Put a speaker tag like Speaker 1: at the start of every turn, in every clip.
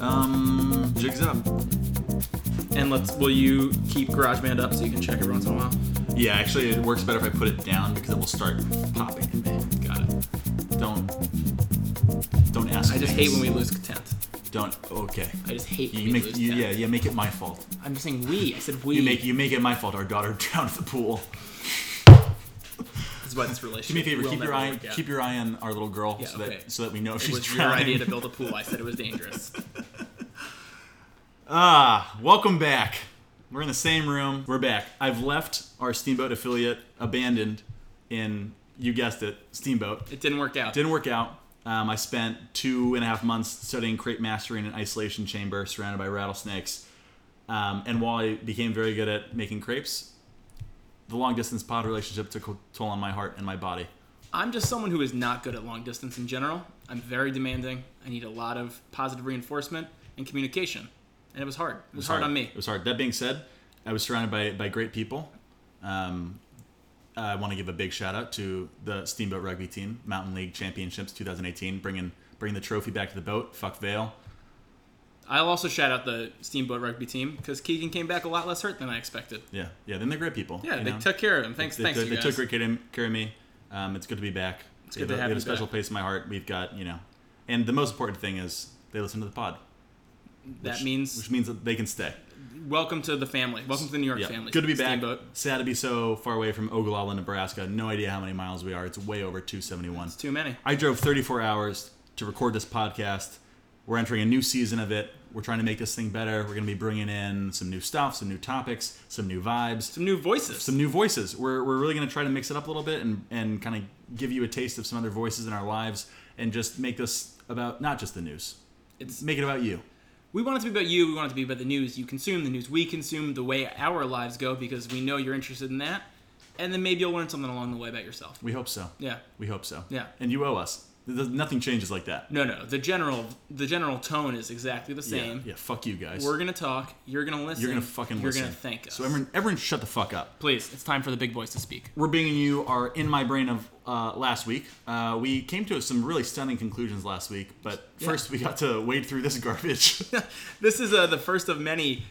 Speaker 1: Um, jigs up.
Speaker 2: And let's. Will you keep GarageBand up so you can check every once in a while?
Speaker 1: Yeah, actually, it works better if I put it down because it will start popping at me. Got it. Don't. Don't ask.
Speaker 2: I just hate
Speaker 1: things.
Speaker 2: when we lose content.
Speaker 1: Don't. Okay.
Speaker 2: I just hate when
Speaker 1: You
Speaker 2: we
Speaker 1: make.
Speaker 2: lose
Speaker 1: You, yeah,
Speaker 2: content.
Speaker 1: yeah. Make it my fault.
Speaker 2: I'm just saying we. I said we.
Speaker 1: You make. You make it my fault. Our daughter drowned in the pool.
Speaker 2: That's why this
Speaker 1: Do
Speaker 2: relationship.
Speaker 1: me a favor.
Speaker 2: will
Speaker 1: Keep your
Speaker 2: never
Speaker 1: eye.
Speaker 2: work out.
Speaker 1: Keep your eye on our little girl
Speaker 2: Yeah,
Speaker 1: so that
Speaker 2: okay.
Speaker 1: so that we know
Speaker 2: It
Speaker 1: she's
Speaker 2: was your
Speaker 1: drowning.
Speaker 2: idea to build a pool. I said it was dangerous.
Speaker 1: Ah, welcome back. We're in the same room. We're back. I've left our Steamboat affiliate abandoned in, you guessed it, Steamboat.
Speaker 2: It didn't work out.
Speaker 1: Didn't work out. Um, I spent two and a half months studying crate mastery in an isolation chamber surrounded by rattlesnakes. Um, and while I became very good at making crepes, the long distance pod relationship took a toll on my heart and my body.
Speaker 2: I'm just someone who is not good at long distance in general. I'm very demanding. I need a lot of positive reinforcement and communication. And it was hard. It was hard on me.
Speaker 1: It was hard. That being said, I was surrounded by, by great people. Um, I want to give a big shout out to the Steamboat Rugby team, Mountain League Championships 2018, bringing bringing the trophy back to the boat. Fuck Vale.
Speaker 2: I'll also shout out the Steamboat rugby team because Keegan came back a lot less hurt than I expected.
Speaker 1: Yeah, yeah. Then they're great people.
Speaker 2: Yeah,
Speaker 1: you
Speaker 2: they
Speaker 1: know?
Speaker 2: took care of him. Thanks,
Speaker 1: They,
Speaker 2: thanks,
Speaker 1: they,
Speaker 2: you
Speaker 1: they
Speaker 2: guys.
Speaker 1: took great care of- care of me. Um, it's good to be back. It's
Speaker 2: good to have
Speaker 1: we had a
Speaker 2: you
Speaker 1: special
Speaker 2: back.
Speaker 1: place in my heart. We've got you know, and the most important thing is they listen to the pod.
Speaker 2: that
Speaker 1: which-
Speaker 2: means
Speaker 1: which means that they can stay.
Speaker 2: welcome to the family. Welcome to the New York
Speaker 1: Yeah,
Speaker 2: family.
Speaker 1: good to be back.
Speaker 2: Steamboat.
Speaker 1: Sad to be so far away from Ogallala, Nebraska. No idea how many miles we are. It's way over 271.
Speaker 2: It's too many.
Speaker 1: I drove 34 hours to record this podcast. We're entering a new season of it. We're trying to make this thing better. We're going to be bringing in some new stuff, some new topics, some new vibes,
Speaker 2: Some new voices.
Speaker 1: some new voices. We're, we're really going to try to mix it up a little bit and, and kind of give you a taste of some other voices in our lives and just make this about not just the news.
Speaker 2: It's-
Speaker 1: make it about you.
Speaker 2: we want it to be about you. We want it to be about the news you consume, the news we consume, the way our lives go because we know you're interested in that. And then maybe you'll learn something along the way about yourself.
Speaker 1: We hope so.
Speaker 2: Yeah.
Speaker 1: We hope so.
Speaker 2: Yeah.
Speaker 1: And you owe us. Th- Nothing changes like that.
Speaker 2: No, no. The general the general tone is exactly the
Speaker 1: Yeah,
Speaker 2: same.
Speaker 1: Yeah, fuck you guys.
Speaker 2: We're gonna talk. You're gonna listen.
Speaker 1: you're gonna fucking
Speaker 2: You're
Speaker 1: listen.
Speaker 2: gonna thank us.
Speaker 1: So everyone, everyone, shut the fuck up.
Speaker 2: Please, it's time for the big boys to speak.
Speaker 1: We're bringing you our in my brain of uh, last week. Uh, we came to some really stunning conclusions last week, but first we got to wade through this garbage.
Speaker 2: This is uh, the first of many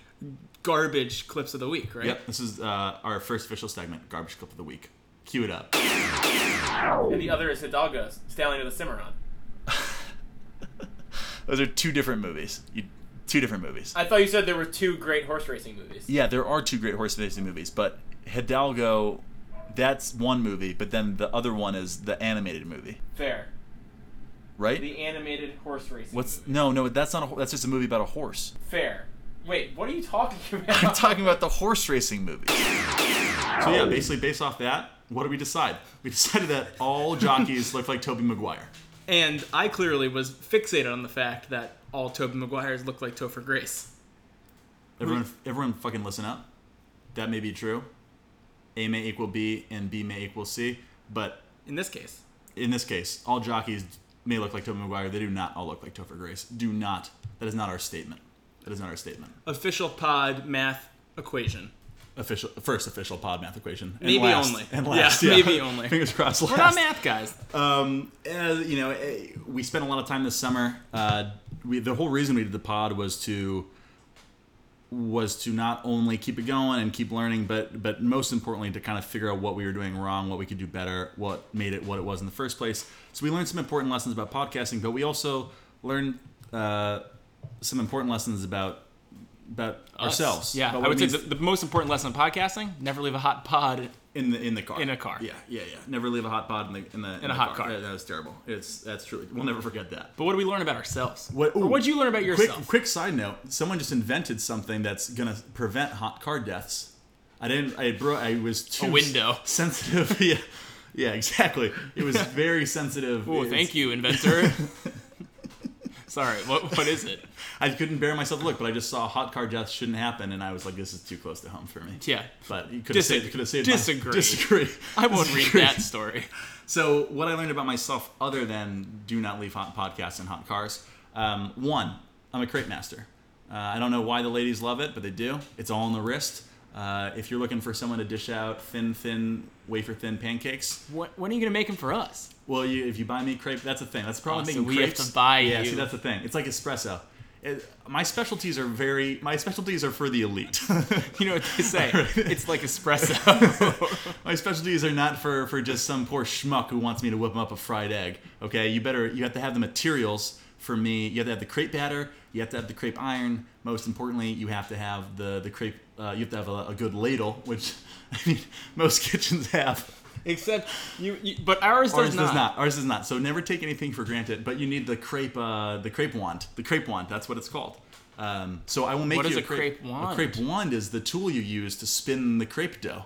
Speaker 2: garbage clips of the week, right?
Speaker 1: yep, this is uh, our first official segment, garbage clip of the week. Cue it up.
Speaker 2: And the other is Hidalgo, Stallion of the Cimarron.
Speaker 1: Those are two different movies. You, two different movies.
Speaker 2: I thought you said there were two great horse racing movies.
Speaker 1: yeah, there are two great horse racing movies, but Hidalgo, that's one movie, but then the other one is the animated movie,
Speaker 2: Fair.
Speaker 1: right?
Speaker 2: animated horse racing.
Speaker 1: What's no, no? That's not. A, that's just a movie about a horse.
Speaker 2: fair? Wait, what are you talking about?
Speaker 1: I'm talking about the horse racing movie. So yeah, basically based off that, what did we decide? We decided that all jockeys looked like Toby Maguire.
Speaker 2: and I clearly was fixated on the fact that all Tobey Maguire's look like Topher Grace.
Speaker 1: Everyone, everyone, fucking listen up. That may be true. A may equal B and B may equal C, but
Speaker 2: In this case,
Speaker 1: in this case, all jockeys may look like Toby Maguire. They do not all look like Topher Grace. Do not. That is not our statement. That is not our statement.
Speaker 2: official pod math equation.
Speaker 1: Official first official pod math equation. And
Speaker 2: Maybe
Speaker 1: last-
Speaker 2: only.
Speaker 1: And last,
Speaker 2: Yeah,
Speaker 1: yeah.
Speaker 2: maybe only.
Speaker 1: Fingers crossed.
Speaker 2: We're
Speaker 1: last.
Speaker 2: not math guys.
Speaker 1: um, uh, you know, eh, we spent a lot of time this summer. Uh, we the whole reason we did the pod was to was to not only keep it going and keep learning, but but most importantly to kind of figure out what we were doing wrong, what we could do better, what made it what it was in the first place. So we learned some important lessons about podcasting, but we also learned uh, some important lessons about about ourselves.
Speaker 2: Yeah,
Speaker 1: about
Speaker 2: I
Speaker 1: what
Speaker 2: would
Speaker 1: it
Speaker 2: say
Speaker 1: means
Speaker 2: the, the most important lesson in podcasting: never leave a hot pod.
Speaker 1: in the in the car
Speaker 2: In a car.
Speaker 1: Yeah, yeah, yeah. Never leave a hot pod in the in the in,
Speaker 2: a hot car.
Speaker 1: That, that was terrible. It's that's true. We'll never forget that.
Speaker 2: But what do we learn about ourselves?
Speaker 1: What-
Speaker 2: or
Speaker 1: ooh,
Speaker 2: what'd you learn about
Speaker 1: Quick,
Speaker 2: yourself?
Speaker 1: quick side note: someone just invented something that's gonna prevent hot car deaths. I didn't. I bro. I was too
Speaker 2: window.
Speaker 1: s- sensitive. yeah, yeah, exactly. It was very sensitive.
Speaker 2: Oh, thank you, inventor. Sorry, what, what is it?
Speaker 1: I couldn't bear myself to look, but I just saw hot car deaths shouldn't happen, and I was like, this is too close to home for me.
Speaker 2: Yeah.
Speaker 1: But you could have saved.
Speaker 2: Disag-
Speaker 1: Could have saved. my-
Speaker 2: disagree.
Speaker 1: disagree.
Speaker 2: I won't read
Speaker 1: Disagree.
Speaker 2: that story.
Speaker 1: So what I learned about myself, other than do not leave hot podcasts in hot cars, um, one, I'm a crate master. Uh, I don't know why the ladies love it, but they do. It's all in the wrist. Uh, if you're looking for someone to dish out thin, thin, wafer thin pancakes,
Speaker 2: When, when are you gonna make them for us?
Speaker 1: well, you, if you buy me crepe, that's a thing. That's probably
Speaker 2: Oh, so
Speaker 1: making
Speaker 2: we have
Speaker 1: crepes.
Speaker 2: to buy
Speaker 1: yeah,
Speaker 2: you.
Speaker 1: see, that's the thing. It's like espresso. it, my specialties are very my specialties are for the elite.
Speaker 3: You know what they say? It's like espresso.
Speaker 1: my specialties are not for for just some poor schmuck who wants me to whip him up a fried egg. Okay, you better you have to have the materials for me. You have to have the crepe batter. You have to have the crepe iron. Most importantly, you have to have the the crepe. Uh, you have to have a, a good ladle, which I mean, most kitchens have.
Speaker 2: Except you, you but ours,
Speaker 1: Ours does not. Ours does not. So never take anything for granted. But you need the crepe, uh, the crepe wand. The crepe wand. That's what it's called. Um, so I will make
Speaker 2: What
Speaker 1: you
Speaker 2: is
Speaker 1: a
Speaker 2: a
Speaker 1: crepe,
Speaker 2: crepe wand?
Speaker 1: A crepe wand is the tool you use to spin the crepe dough.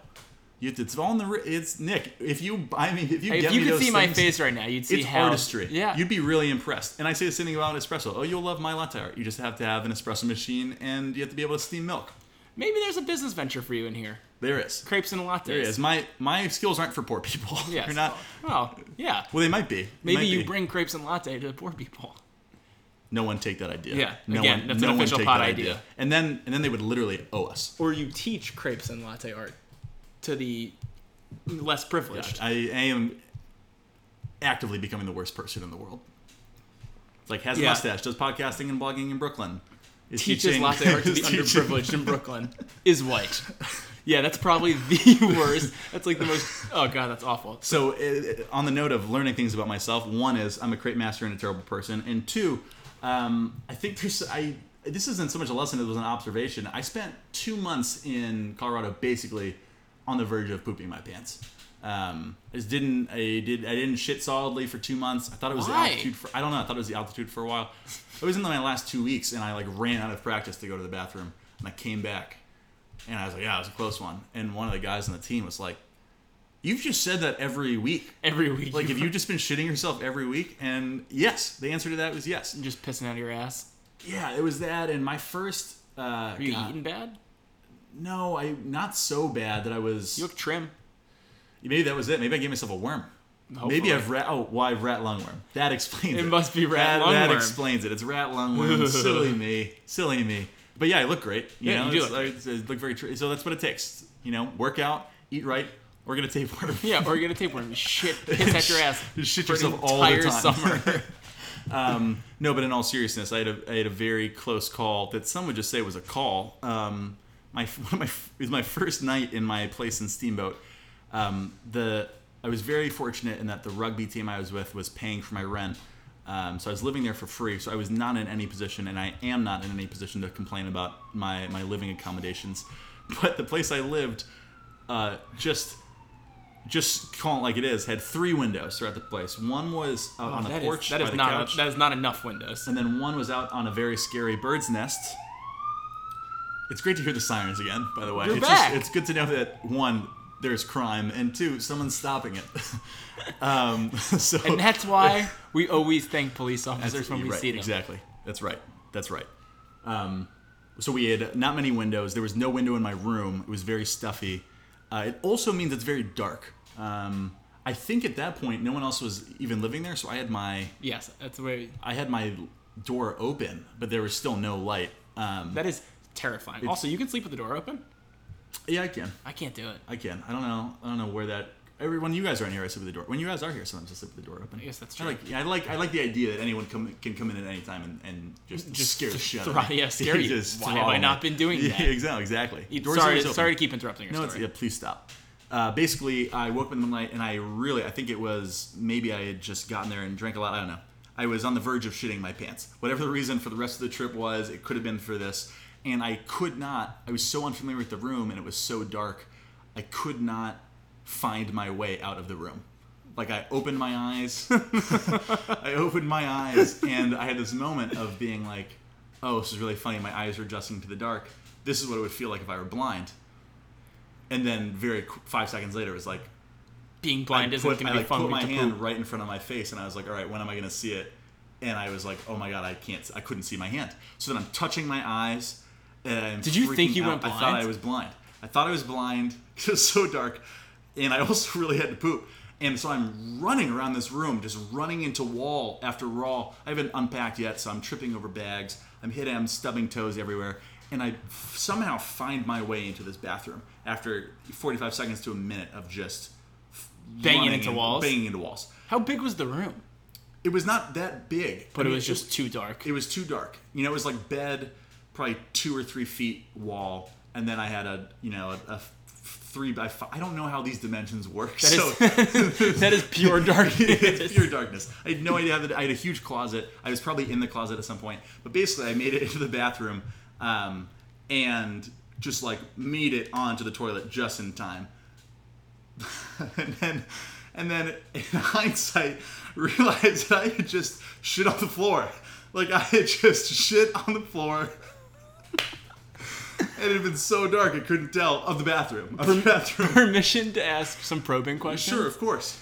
Speaker 1: You, it's all in the. ri- It's Nick. If you, I mean, if you
Speaker 3: If
Speaker 1: get
Speaker 3: you
Speaker 1: me
Speaker 3: could
Speaker 1: those
Speaker 3: see my
Speaker 1: things,
Speaker 3: face right now, you'd see
Speaker 1: it's
Speaker 3: how
Speaker 1: artistry.
Speaker 3: Yeah,
Speaker 1: you'd be really impressed. And I say the same thing about espresso. Oh, you'll love my latte art. You just have to have an espresso machine, and you have to be able to steam milk.
Speaker 2: Maybe there's a business venture for you in here.
Speaker 1: There is.
Speaker 2: Crepes and lattes.
Speaker 1: There is. My my skills aren't for poor people.
Speaker 2: Yes.
Speaker 1: They're not.
Speaker 2: Oh, yeah.
Speaker 1: Well, they might be. They might
Speaker 2: Maybe you
Speaker 1: be.
Speaker 2: bring crepes and latte to the poor people.
Speaker 1: No one take that idea.
Speaker 2: Yeah,
Speaker 1: no
Speaker 2: again,
Speaker 1: one,
Speaker 2: that's
Speaker 1: no
Speaker 2: an
Speaker 1: one
Speaker 2: official
Speaker 1: take
Speaker 2: pot
Speaker 1: that
Speaker 2: idea.
Speaker 1: And then and then they would literally owe us.
Speaker 2: Or you teach crepes and latte art to the less privileged.
Speaker 1: I, I am actively becoming the worst person in the world. It's like has a
Speaker 2: Yeah.
Speaker 1: mustache, does podcasting and blogging in Brooklyn. Is
Speaker 2: Teaches latte art to the
Speaker 1: is teaching-
Speaker 2: underprivileged in Brooklyn. Is white. Yeah, that's probably the worst. That's like the most. Oh god, that's awful.
Speaker 1: So uh, uh, on the note of learning things about myself, one is I'm a great master and a terrible person, and two, um, I think there's I this isn't so much a lesson it was an observation. I spent two months in Colorado basically on the verge of pooping my pants. Um, I just didn't I did I didn't shit solidly for two months. I thought it was
Speaker 2: Why?
Speaker 1: the altitude for I don't know. I thought it was the altitude for a while. I was in my last two weeks and I like ran out of practice to go to the bathroom and I came back and I was like, yeah, it was a close one. And one of the guys on the team was like, you've just said that every week.
Speaker 2: Every week,
Speaker 1: Like, have you just been shitting yourself every week? And yes, the answer to that was yes.
Speaker 2: just pissing out of your ass?
Speaker 1: Yeah, it was that. And my first, uh,
Speaker 2: Are you
Speaker 1: God,
Speaker 2: eating bad?
Speaker 1: no, I not so bad that I was.
Speaker 2: You look trim.
Speaker 1: Maybe that was it. Maybe I gave myself a worm. Maybe
Speaker 2: Hopefully.
Speaker 1: I've rat. Oh, why rat lungworm? That explains it.
Speaker 2: It must be rat
Speaker 1: that, That
Speaker 2: lungworm.
Speaker 1: explains it. It's rat lungworm. Silly me. Silly me. But yeah, I look great. You
Speaker 2: Yeah,
Speaker 1: know,
Speaker 2: you do
Speaker 1: it's,
Speaker 2: look
Speaker 1: it's- it look very. Tr- so that's what it takes. You know, work out, eat right. We're gonna tapeworm.
Speaker 2: Yeah, or you're gonna tapeworm. You Shit, piss out your ass.
Speaker 1: Just shit
Speaker 2: for an
Speaker 1: yourself all the
Speaker 2: entire
Speaker 1: time.
Speaker 2: summer.
Speaker 1: Um, no, but in all seriousness, I had a, I had a very close call that some would just say was a call. Um, my one of my it was my first night in my place in Steamboat. Um, the I was very fortunate in that the rugby team I was with was paying for my rent, um, so I was living there for free. So I was not in any position, and I am not in any position to complain about my my living accommodations. But the place I lived, uh, just just call it like it is, had three windows throughout the place. One was out on the
Speaker 2: Oh, That is-
Speaker 1: porch.
Speaker 2: that
Speaker 1: by
Speaker 2: is
Speaker 1: the
Speaker 2: not
Speaker 1: couch
Speaker 2: that is not enough windows.
Speaker 1: and then one was out on a very scary bird's nest. It's great to hear the sirens again, by the way.
Speaker 2: You're
Speaker 1: it's
Speaker 2: back.
Speaker 1: it's good to know that one, there's crime, and two, someone's stopping it. um, so
Speaker 2: And that's why we always thank police officers
Speaker 1: that's
Speaker 2: when we
Speaker 1: right,
Speaker 2: see them.
Speaker 1: Exactly. That's right. That's right. Um, so we had not many windows. There was no window in my room. It was very stuffy. Uh, it also means it's very dark. Um, I think at that point, no one else was even living there, so I had my
Speaker 2: Yes, that's the way.
Speaker 1: I had my door open, but there was still no light. Um,
Speaker 2: That is terrifying. also, you can sleep with the door open.
Speaker 1: yeah, I can.
Speaker 2: I can't do it.
Speaker 1: I can. I don't know. I don't know where that. Every when you guys aren't here, I sleep with the door. When you guys are here, sometimes I sleep with the door open.
Speaker 2: I guess that's
Speaker 1: I
Speaker 2: true.
Speaker 1: like. yeah, I like. I like the idea that anyone come, can come in at any time and, and just,
Speaker 2: Just
Speaker 1: scare the
Speaker 2: th-
Speaker 1: shit.
Speaker 2: throw-
Speaker 1: out of me.
Speaker 2: yeah, scare you.
Speaker 1: Just
Speaker 2: Why
Speaker 1: throw
Speaker 2: have I
Speaker 1: me.
Speaker 2: not been doing
Speaker 1: Yeah,
Speaker 2: that?
Speaker 1: exactly. Exactly. Doors
Speaker 2: sorry,
Speaker 1: always open.
Speaker 2: sorry to keep interrupting your
Speaker 1: No, it's,
Speaker 2: story.
Speaker 1: yeah, please stop. Uh, basically, I woke up in the night and I really, I think it was maybe I had just gotten there and drank a lot. I don't know. I was on the verge of shitting my pants. Whatever the reason for the rest of the trip was, it could have been for this. And I could not, I was so unfamiliar with the room and it was so dark, I could not find my way out of the room. Like I opened my eyes, I opened my eyes and I had this moment of being like, oh, this is really funny. My eyes are adjusting to the dark. This is what it would feel like if I were blind. And then, very qu- five seconds later, it was like
Speaker 2: Being blind
Speaker 1: I
Speaker 2: isn't
Speaker 1: put,
Speaker 2: going to
Speaker 1: I,
Speaker 2: be
Speaker 1: like,
Speaker 2: fun
Speaker 1: put
Speaker 2: week
Speaker 1: my
Speaker 2: to
Speaker 1: hand
Speaker 2: poop.
Speaker 1: right in front of my face, and I was like, all right, when am I going to see it? And I was like, oh my god, I can't. s- I couldn't see my hand. So then I'm touching my eyes. And I'm
Speaker 2: Did you think
Speaker 1: freaking
Speaker 2: you
Speaker 1: out.
Speaker 2: went
Speaker 1: I thought
Speaker 2: blind?
Speaker 1: I was blind. I thought I was blind. 'cause It was so dark, and I also really had to poop. And so I'm running around this room, just running into wall after wall. I haven't unpacked yet, so I'm tripping over bags. I'm hitting, I'm stubbing toes everywhere, and I f- somehow find my way into this bathroom after 45 seconds to a minute of just
Speaker 2: Banging
Speaker 1: running
Speaker 2: into
Speaker 1: and-
Speaker 2: walls?
Speaker 1: banging into walls.
Speaker 2: How big was the room?
Speaker 1: It was not that big, I
Speaker 2: But it
Speaker 1: mean,
Speaker 2: was just too dark.
Speaker 1: it was too dark. You know, it was like bed, probably two or three feet wall, and then I had a you know a, a three by five. I don't know how these dimensions work. so
Speaker 2: that is pure darkness.
Speaker 1: it's pure darkness. I had no idea how that I had a huge closet. I was probably in the closet at some point, but basically I made it into the bathroom um, and just like made it onto the toilet just in time. and then and then in hindsight realized that I had just shit on the floor. Like I had just shit on the floor. and it had been so dark I couldn't tell of the bathroom. Of the bathroom.
Speaker 2: Permission to ask some probing questions?
Speaker 1: Sure, of course.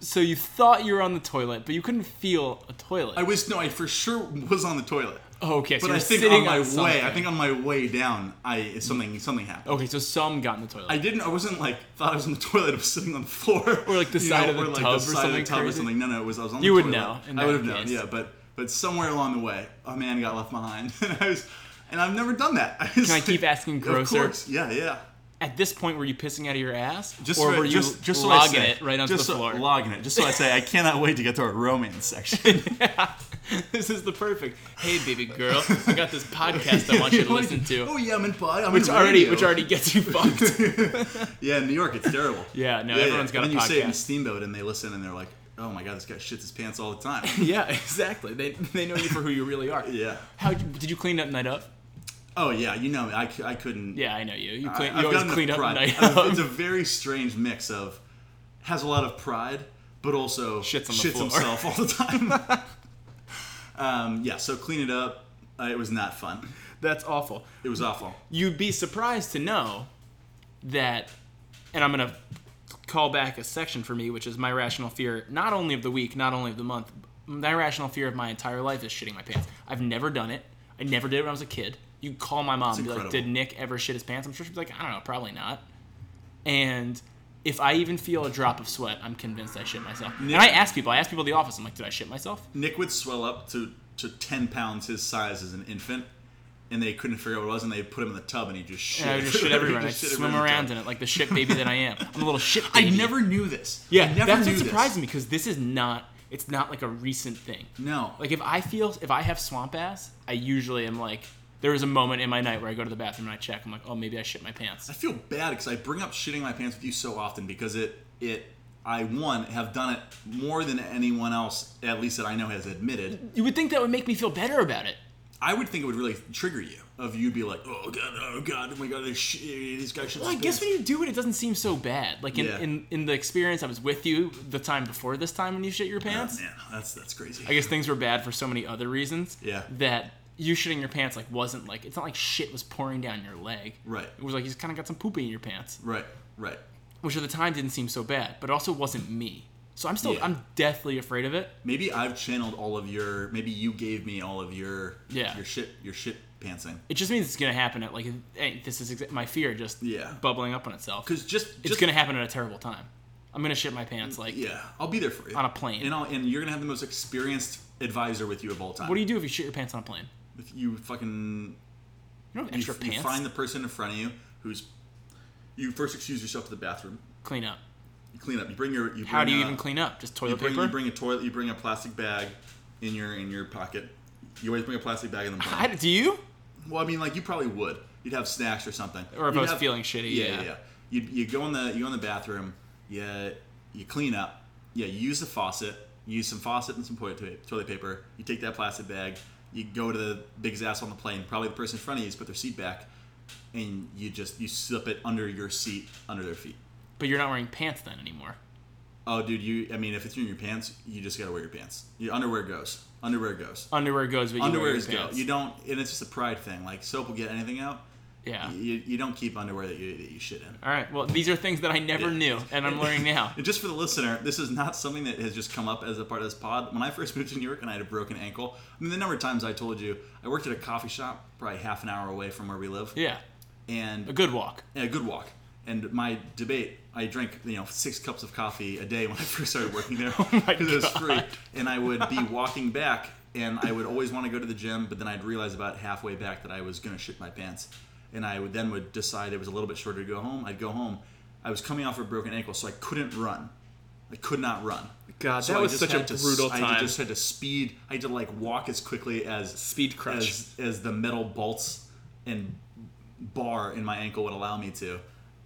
Speaker 2: So you thought you were on the toilet, but you couldn't feel a toilet.
Speaker 1: I was no, I for sure was on the toilet.
Speaker 2: oh, okay, so
Speaker 1: But
Speaker 2: you're
Speaker 1: I think on
Speaker 2: sitting
Speaker 1: my way, I
Speaker 2: something.
Speaker 1: think on my way down, I something something happened.
Speaker 2: Okay, so some got in the toilet.
Speaker 1: I didn't. I wasn't like thought I was on the toilet. I was sitting on the floor, or
Speaker 2: like, the side of the tub or something
Speaker 1: or
Speaker 2: crazy?
Speaker 1: something. No, no, it was I was on the
Speaker 2: You would
Speaker 1: toilet.
Speaker 2: know in
Speaker 1: I would
Speaker 2: that
Speaker 1: have known.
Speaker 2: case.
Speaker 1: Yeah, but but somewhere along the way, a man got left behind, and I was, and I've never done that. I was
Speaker 2: Can I
Speaker 1: like-
Speaker 2: keep asking
Speaker 1: Of
Speaker 2: grosser?
Speaker 1: course. Yeah, yeah.
Speaker 2: At this point, were you pissing out of your ass,
Speaker 1: Just
Speaker 2: or
Speaker 1: so, I-
Speaker 2: were you
Speaker 1: just, just so I
Speaker 2: logging
Speaker 1: say,
Speaker 2: it right onto
Speaker 1: just
Speaker 2: the
Speaker 1: so-
Speaker 2: floor?
Speaker 1: Logging it. Just so I say, I cannot wait to get to our romance section.
Speaker 2: this is the perfect. Hey, baby girl, I got this podcast I want you to listen
Speaker 1: Oh
Speaker 2: to,
Speaker 1: yeah, I'm in pod. I'm
Speaker 2: which
Speaker 1: in
Speaker 2: already
Speaker 1: radio.
Speaker 2: which already gets you fucked.
Speaker 1: Yeah, in New York, it's terrible.
Speaker 2: Yeah, no,
Speaker 1: everyone's
Speaker 2: everyone's got
Speaker 1: and
Speaker 2: a
Speaker 1: then you say it in
Speaker 2: podcast.
Speaker 1: Steamboat, and they listen, and they're like, "Oh my god, this guy shits his pants all the time."
Speaker 2: yeah, exactly. They they know you for who you really are.
Speaker 1: yeah.
Speaker 2: How did you clean up night up?
Speaker 1: Oh yeah, you know me. I, c- I couldn't.
Speaker 2: Yeah, I know you. You,
Speaker 1: I-
Speaker 2: clean,
Speaker 1: I've
Speaker 2: you always
Speaker 1: gotten the
Speaker 2: clean up
Speaker 1: pride.
Speaker 2: night
Speaker 1: I've-
Speaker 2: up.
Speaker 1: It's a very strange mix of has a lot of pride, but also
Speaker 2: Shits on the floor.
Speaker 1: himself all the time. um, yeah, so clean it up. Uh, it was not fun.
Speaker 2: That's awful.
Speaker 1: It was awful.
Speaker 2: you'd be surprised to know that and i'm going to call back a section for me which is my rational fear not only of the week not only of the month my rational fear of my entire life is shitting my pants i've never done it i never did it when i was a kid you call my mom and be like
Speaker 1: incredible.
Speaker 2: did nick ever shit his pants i'm sure she'd be like i don't know probably not and if i even feel a drop of sweat i'm convinced i shit myself and i ask people i ask people at the office i'm like did i shit myself
Speaker 1: Nick would swell up to to ten pounds his size as an infant. And they couldn't figure out what it was, and they put him in the tub, and he just shit.
Speaker 2: and i would just shit everywhere and i
Speaker 1: Just shit
Speaker 2: swim
Speaker 1: everywhere in the
Speaker 2: around
Speaker 1: tub.
Speaker 2: in it like the shit baby that i am i'm a little shit
Speaker 1: I
Speaker 2: baby.
Speaker 1: never knew this. I
Speaker 2: Yeah,
Speaker 1: never
Speaker 2: that's
Speaker 1: knew
Speaker 2: what
Speaker 1: this.
Speaker 2: surprised me because this is not. It's not like a recent thing.
Speaker 1: No,
Speaker 2: Like if I feel if I have swamp ass, I usually am like there was a moment in my night where I go to the bathroom and I check. I'm like, oh, maybe I shit my pants.
Speaker 1: I feel bad because I bring up shitting my pants with you so often because it it I one have done it more than anyone else at least that I know has admitted.
Speaker 2: You would think that would make me feel better about it.
Speaker 1: I would think it would really trigger you of you be like oh god oh god oh my god this, sh- this guy shits.
Speaker 2: Well, I
Speaker 1: his pants."
Speaker 2: guess when you do it, it doesn't seem so bad. Like in,
Speaker 1: Yeah.
Speaker 2: in in the experience I was with you the time before this time when you shit your pants.
Speaker 1: Oh, man that's that's crazy.
Speaker 2: I guess things were bad for so many other reasons.
Speaker 1: Yeah.
Speaker 2: That you shitting your pants like wasn't like it's not like shit was pouring down your leg.
Speaker 1: Right.
Speaker 2: It was like you just kind of got some poopy in your pants.
Speaker 1: right right
Speaker 2: which at the time didn't seem so bad, but it also wasn't me. So I'm still
Speaker 1: Yeah.
Speaker 2: I'm deathly afraid of it.
Speaker 1: maybe I've channeled all of your maybe you gave me all of your
Speaker 2: Yeah.
Speaker 1: your shit your shit pantsing
Speaker 2: It just means it's gonna happen at like eh, this is exa- my fear just
Speaker 1: Yeah.
Speaker 2: bubbling up on itself.
Speaker 1: because just
Speaker 2: it's
Speaker 1: just
Speaker 2: gonna happen at a terrible time. I'm gonna shit my pants. Like,
Speaker 1: yeah I'll be there for you
Speaker 2: On a plane.
Speaker 1: and I'll, and you're gonna have the most experienced advisor with you of all time.
Speaker 2: what do you do if you shit your pants on a plane?
Speaker 1: if you fucking
Speaker 2: You don't have
Speaker 1: you,
Speaker 2: extra
Speaker 1: you
Speaker 2: pants.
Speaker 1: find the person in front of you who's you first excuse yourself to the bathroom
Speaker 2: clean up.
Speaker 1: you clean up you bring your you bring
Speaker 2: How do you
Speaker 1: a-
Speaker 2: even clean up? Just toilet
Speaker 1: you bring,
Speaker 2: paper.
Speaker 1: you bring a toilet you bring a plastic bag in your in your pocket you always bring a plastic bag in the
Speaker 2: I, do you?
Speaker 1: well i mean like you probably would you'd have snacks or something
Speaker 2: Or if
Speaker 1: You'd
Speaker 2: I was
Speaker 1: have-
Speaker 2: feeling shitty,
Speaker 1: yeah
Speaker 2: yeah.
Speaker 1: yeah, You, you go in the you go in the bathroom yeah you clean up yeah you use the faucet you use some faucet and some toilet pa- toilet paper you take that plastic bag you go to the biggest ass on the plane probably the person in front of you has put their seat back and you just you slip it under your seat under their feet
Speaker 2: But you're not wearing pants then anymore.
Speaker 1: oh dude you i mean if it's in your pants you just gotta wear your pants your underwear goes underwear goes
Speaker 2: Underwear goes, but you wear
Speaker 1: underwear
Speaker 2: your
Speaker 1: is go
Speaker 2: pants.
Speaker 1: you don't and it's just a pride thing like soap will get anything out
Speaker 2: yeah.
Speaker 1: you, you don't keep underwear that you, that you shit in
Speaker 2: All right. Well, these are things that I never
Speaker 1: Yeah.
Speaker 2: knew, and I'm learning now.
Speaker 1: And just for the listener, this is not something that has just come up as a part of this pod. When I first moved to New York and I had a broken ankle, I mean, the number of times I told you, I worked at a coffee shop probably half an hour away from where we live,
Speaker 2: Yeah.
Speaker 1: and
Speaker 2: A good walk.
Speaker 1: and a good walk. And my debate, I drank you know six cups of coffee a day when I first started working there because
Speaker 2: Oh my
Speaker 1: it was
Speaker 2: God.
Speaker 1: free. And I would be walking back, and I would always want to go to the gym, but then I'd realize about halfway back that I was gonna shit my pants, and I would then would decide it was a little bit shorter to go home. I'd go home. I was coming off a broken ankle, so I couldn't run. I could not run.
Speaker 2: God,
Speaker 1: So
Speaker 2: that
Speaker 1: I
Speaker 2: was
Speaker 1: just
Speaker 2: such a
Speaker 1: had to s-
Speaker 2: brutal
Speaker 1: I
Speaker 2: time.
Speaker 1: just had to speed. I had to like walk as quickly as
Speaker 2: Speed crutch.
Speaker 1: as as the metal bolts and bar in my ankle would allow me to.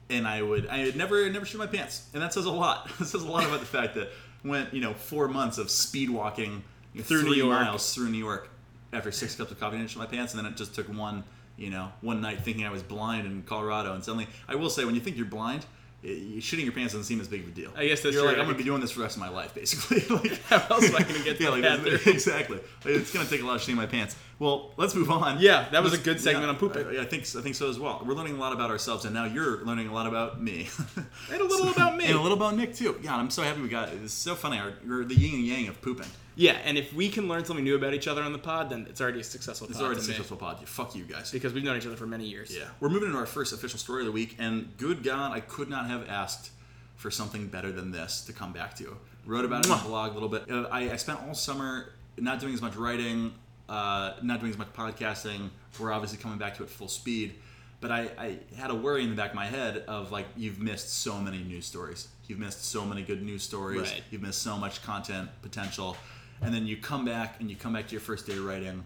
Speaker 1: And I would I had never never shit my pants, and that says a lot. that says a lot about the fact that went you know four months of speed walking
Speaker 2: Through
Speaker 1: three
Speaker 2: New York.
Speaker 1: miles through New York after six cups of coffee and I shit my pants, and then it just took one you know one night thinking I was blind in Colorado, and suddenly I will say when you think you're blind. i- Shitting your pants doesn't seem as big of a deal.
Speaker 2: I guess that's
Speaker 1: you're like
Speaker 2: true.
Speaker 1: I'm gonna be doing this for the rest of my life, basically. like,
Speaker 2: How else am I gonna get to
Speaker 1: yeah,
Speaker 2: the
Speaker 1: like, that's-
Speaker 2: bathroom?
Speaker 1: exactly. It's gonna take a lot of shit in my pants. Well, let's move on.
Speaker 2: Yeah, that was
Speaker 1: Let's-
Speaker 2: a good segment
Speaker 1: yeah,
Speaker 2: on pooping.
Speaker 1: I, I think I think so as well. We're learning a lot about ourselves, and now you're learning a lot about me,
Speaker 2: And a little about me.
Speaker 1: and a little about Nick too. God, I'm so happy we got. It's so funny. Our, we're the yin and yang of pooping.
Speaker 2: Yeah, and if we can learn something new about each other on the pod, then it's already a successful pod.
Speaker 1: It's already a
Speaker 2: to me.
Speaker 1: successful pod. You fuck you guys.
Speaker 2: because we've known each other for many years.
Speaker 1: Yeah, we're moving into our first official story of the week, and good God, I could not have asked for something better than this to come back to. Wrote about it in the
Speaker 2: Mwah.
Speaker 1: blog a little bit. Uh, I, I spent all summer not doing as much writing, uh, not doing as much podcasting. We're obviously coming back to it full speed, but I, I had a worry in the back of my head of like, you've missed so many news stories. You've missed so many good news stories.
Speaker 2: Right.
Speaker 1: You've missed so much content potential, and then you come back and you come back to your first day of writing,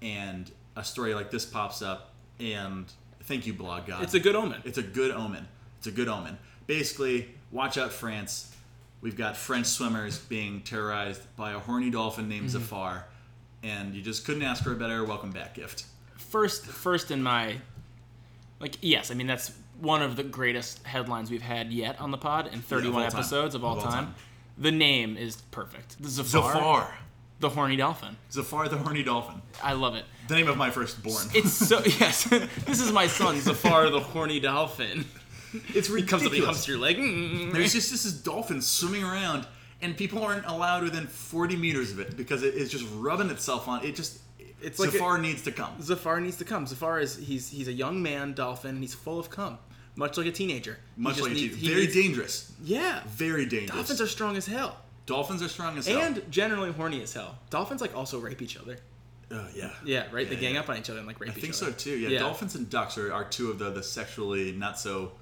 Speaker 1: and a story like this pops up, and thank you, blog god.
Speaker 2: It's a good omen.
Speaker 1: It's a good omen. It's a good omen. Basically, watch out, France. We've got French swimmers being terrorized by a horny dolphin named
Speaker 2: Mm-hmm.
Speaker 1: Zafar, and you just couldn't ask for a better welcome back gift.
Speaker 2: First, first in my, like, yes, I mean that's one of the greatest headlines we've had yet on the pod in 31
Speaker 1: all time.
Speaker 2: episodes of all,
Speaker 1: Of all
Speaker 2: time.
Speaker 1: time.
Speaker 2: The name is perfect. The Zafar, the horny dolphin.
Speaker 1: Zafar the horny dolphin.
Speaker 2: I love it.
Speaker 1: The name of my firstborn.
Speaker 2: It's so yes. this is my son, Zafar the horny dolphin.
Speaker 1: It's
Speaker 2: He comes up, he
Speaker 1: ridiculous.
Speaker 2: humps your leg. Mm.
Speaker 1: There's just this is dolphin swimming around, and people aren't allowed within 40 meters of it because it is just rubbing itself on. It just
Speaker 2: It's like
Speaker 1: Zafar needs to come.
Speaker 2: Zafar needs to come. Zafar is he's he's a young man dolphin and he's full of cum, much like a teenager. He
Speaker 1: Much
Speaker 2: just
Speaker 1: like a
Speaker 2: needs-
Speaker 1: teeth.
Speaker 2: he
Speaker 1: very
Speaker 2: needs-
Speaker 1: dangerous.
Speaker 2: Yeah,
Speaker 1: Very dangerous.
Speaker 2: dolphins are strong as hell
Speaker 1: Dolphins are strong as hell.
Speaker 2: and generally horny as hell. Dolphins like also rape each other.
Speaker 1: Oh, yeah.
Speaker 2: Yeah, right. they
Speaker 1: Yeah,
Speaker 2: gang
Speaker 1: yeah.
Speaker 2: up on each other and like rape
Speaker 1: I
Speaker 2: each
Speaker 1: think
Speaker 2: other.
Speaker 1: so too. Yeah, dolphins and ducks are, are two of the, the sexually not so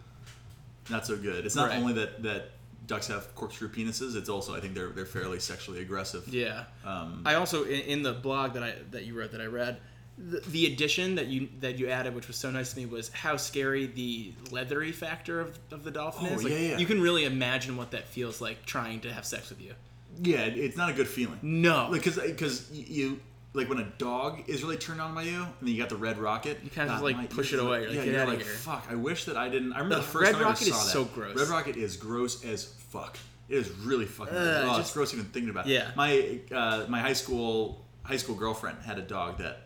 Speaker 1: not so good. It's not
Speaker 2: Right.
Speaker 1: only that that ducks have corkscrew penises. It's also I think they're they're fairly sexually aggressive.
Speaker 2: Yeah.
Speaker 1: Um,
Speaker 2: I also in, in the blog that I that you wrote that I read, the, the addition that you that you added, which was so nice to me, was how scary the leathery factor of, of the dolphin
Speaker 1: Oh,
Speaker 2: is. Like,
Speaker 1: yeah, yeah.
Speaker 2: You can really imagine what that feels like trying to have sex with you.
Speaker 1: yeah, it- it's not a good feeling.
Speaker 2: No.
Speaker 1: because because you like when a dog is really turned on by you, and then you got the red rocket. "Ah, You
Speaker 2: kinda just, like, push it away. You're like,
Speaker 1: yeah,
Speaker 2: "Get
Speaker 1: you're
Speaker 2: outta
Speaker 1: like,
Speaker 2: here."
Speaker 1: fuck. I wish that I didn't. I remember
Speaker 2: Ugh,
Speaker 1: the first
Speaker 2: Red
Speaker 1: time I ever
Speaker 2: Rocket is
Speaker 1: saw that.
Speaker 2: so gross.
Speaker 1: Red rocket is gross as fuck. It is really fucking. gross.
Speaker 2: Ugh,
Speaker 1: oh, it's
Speaker 2: just-
Speaker 1: gross even thinking about.
Speaker 2: Yeah.
Speaker 1: My uh, my high school high school girlfriend had a dog that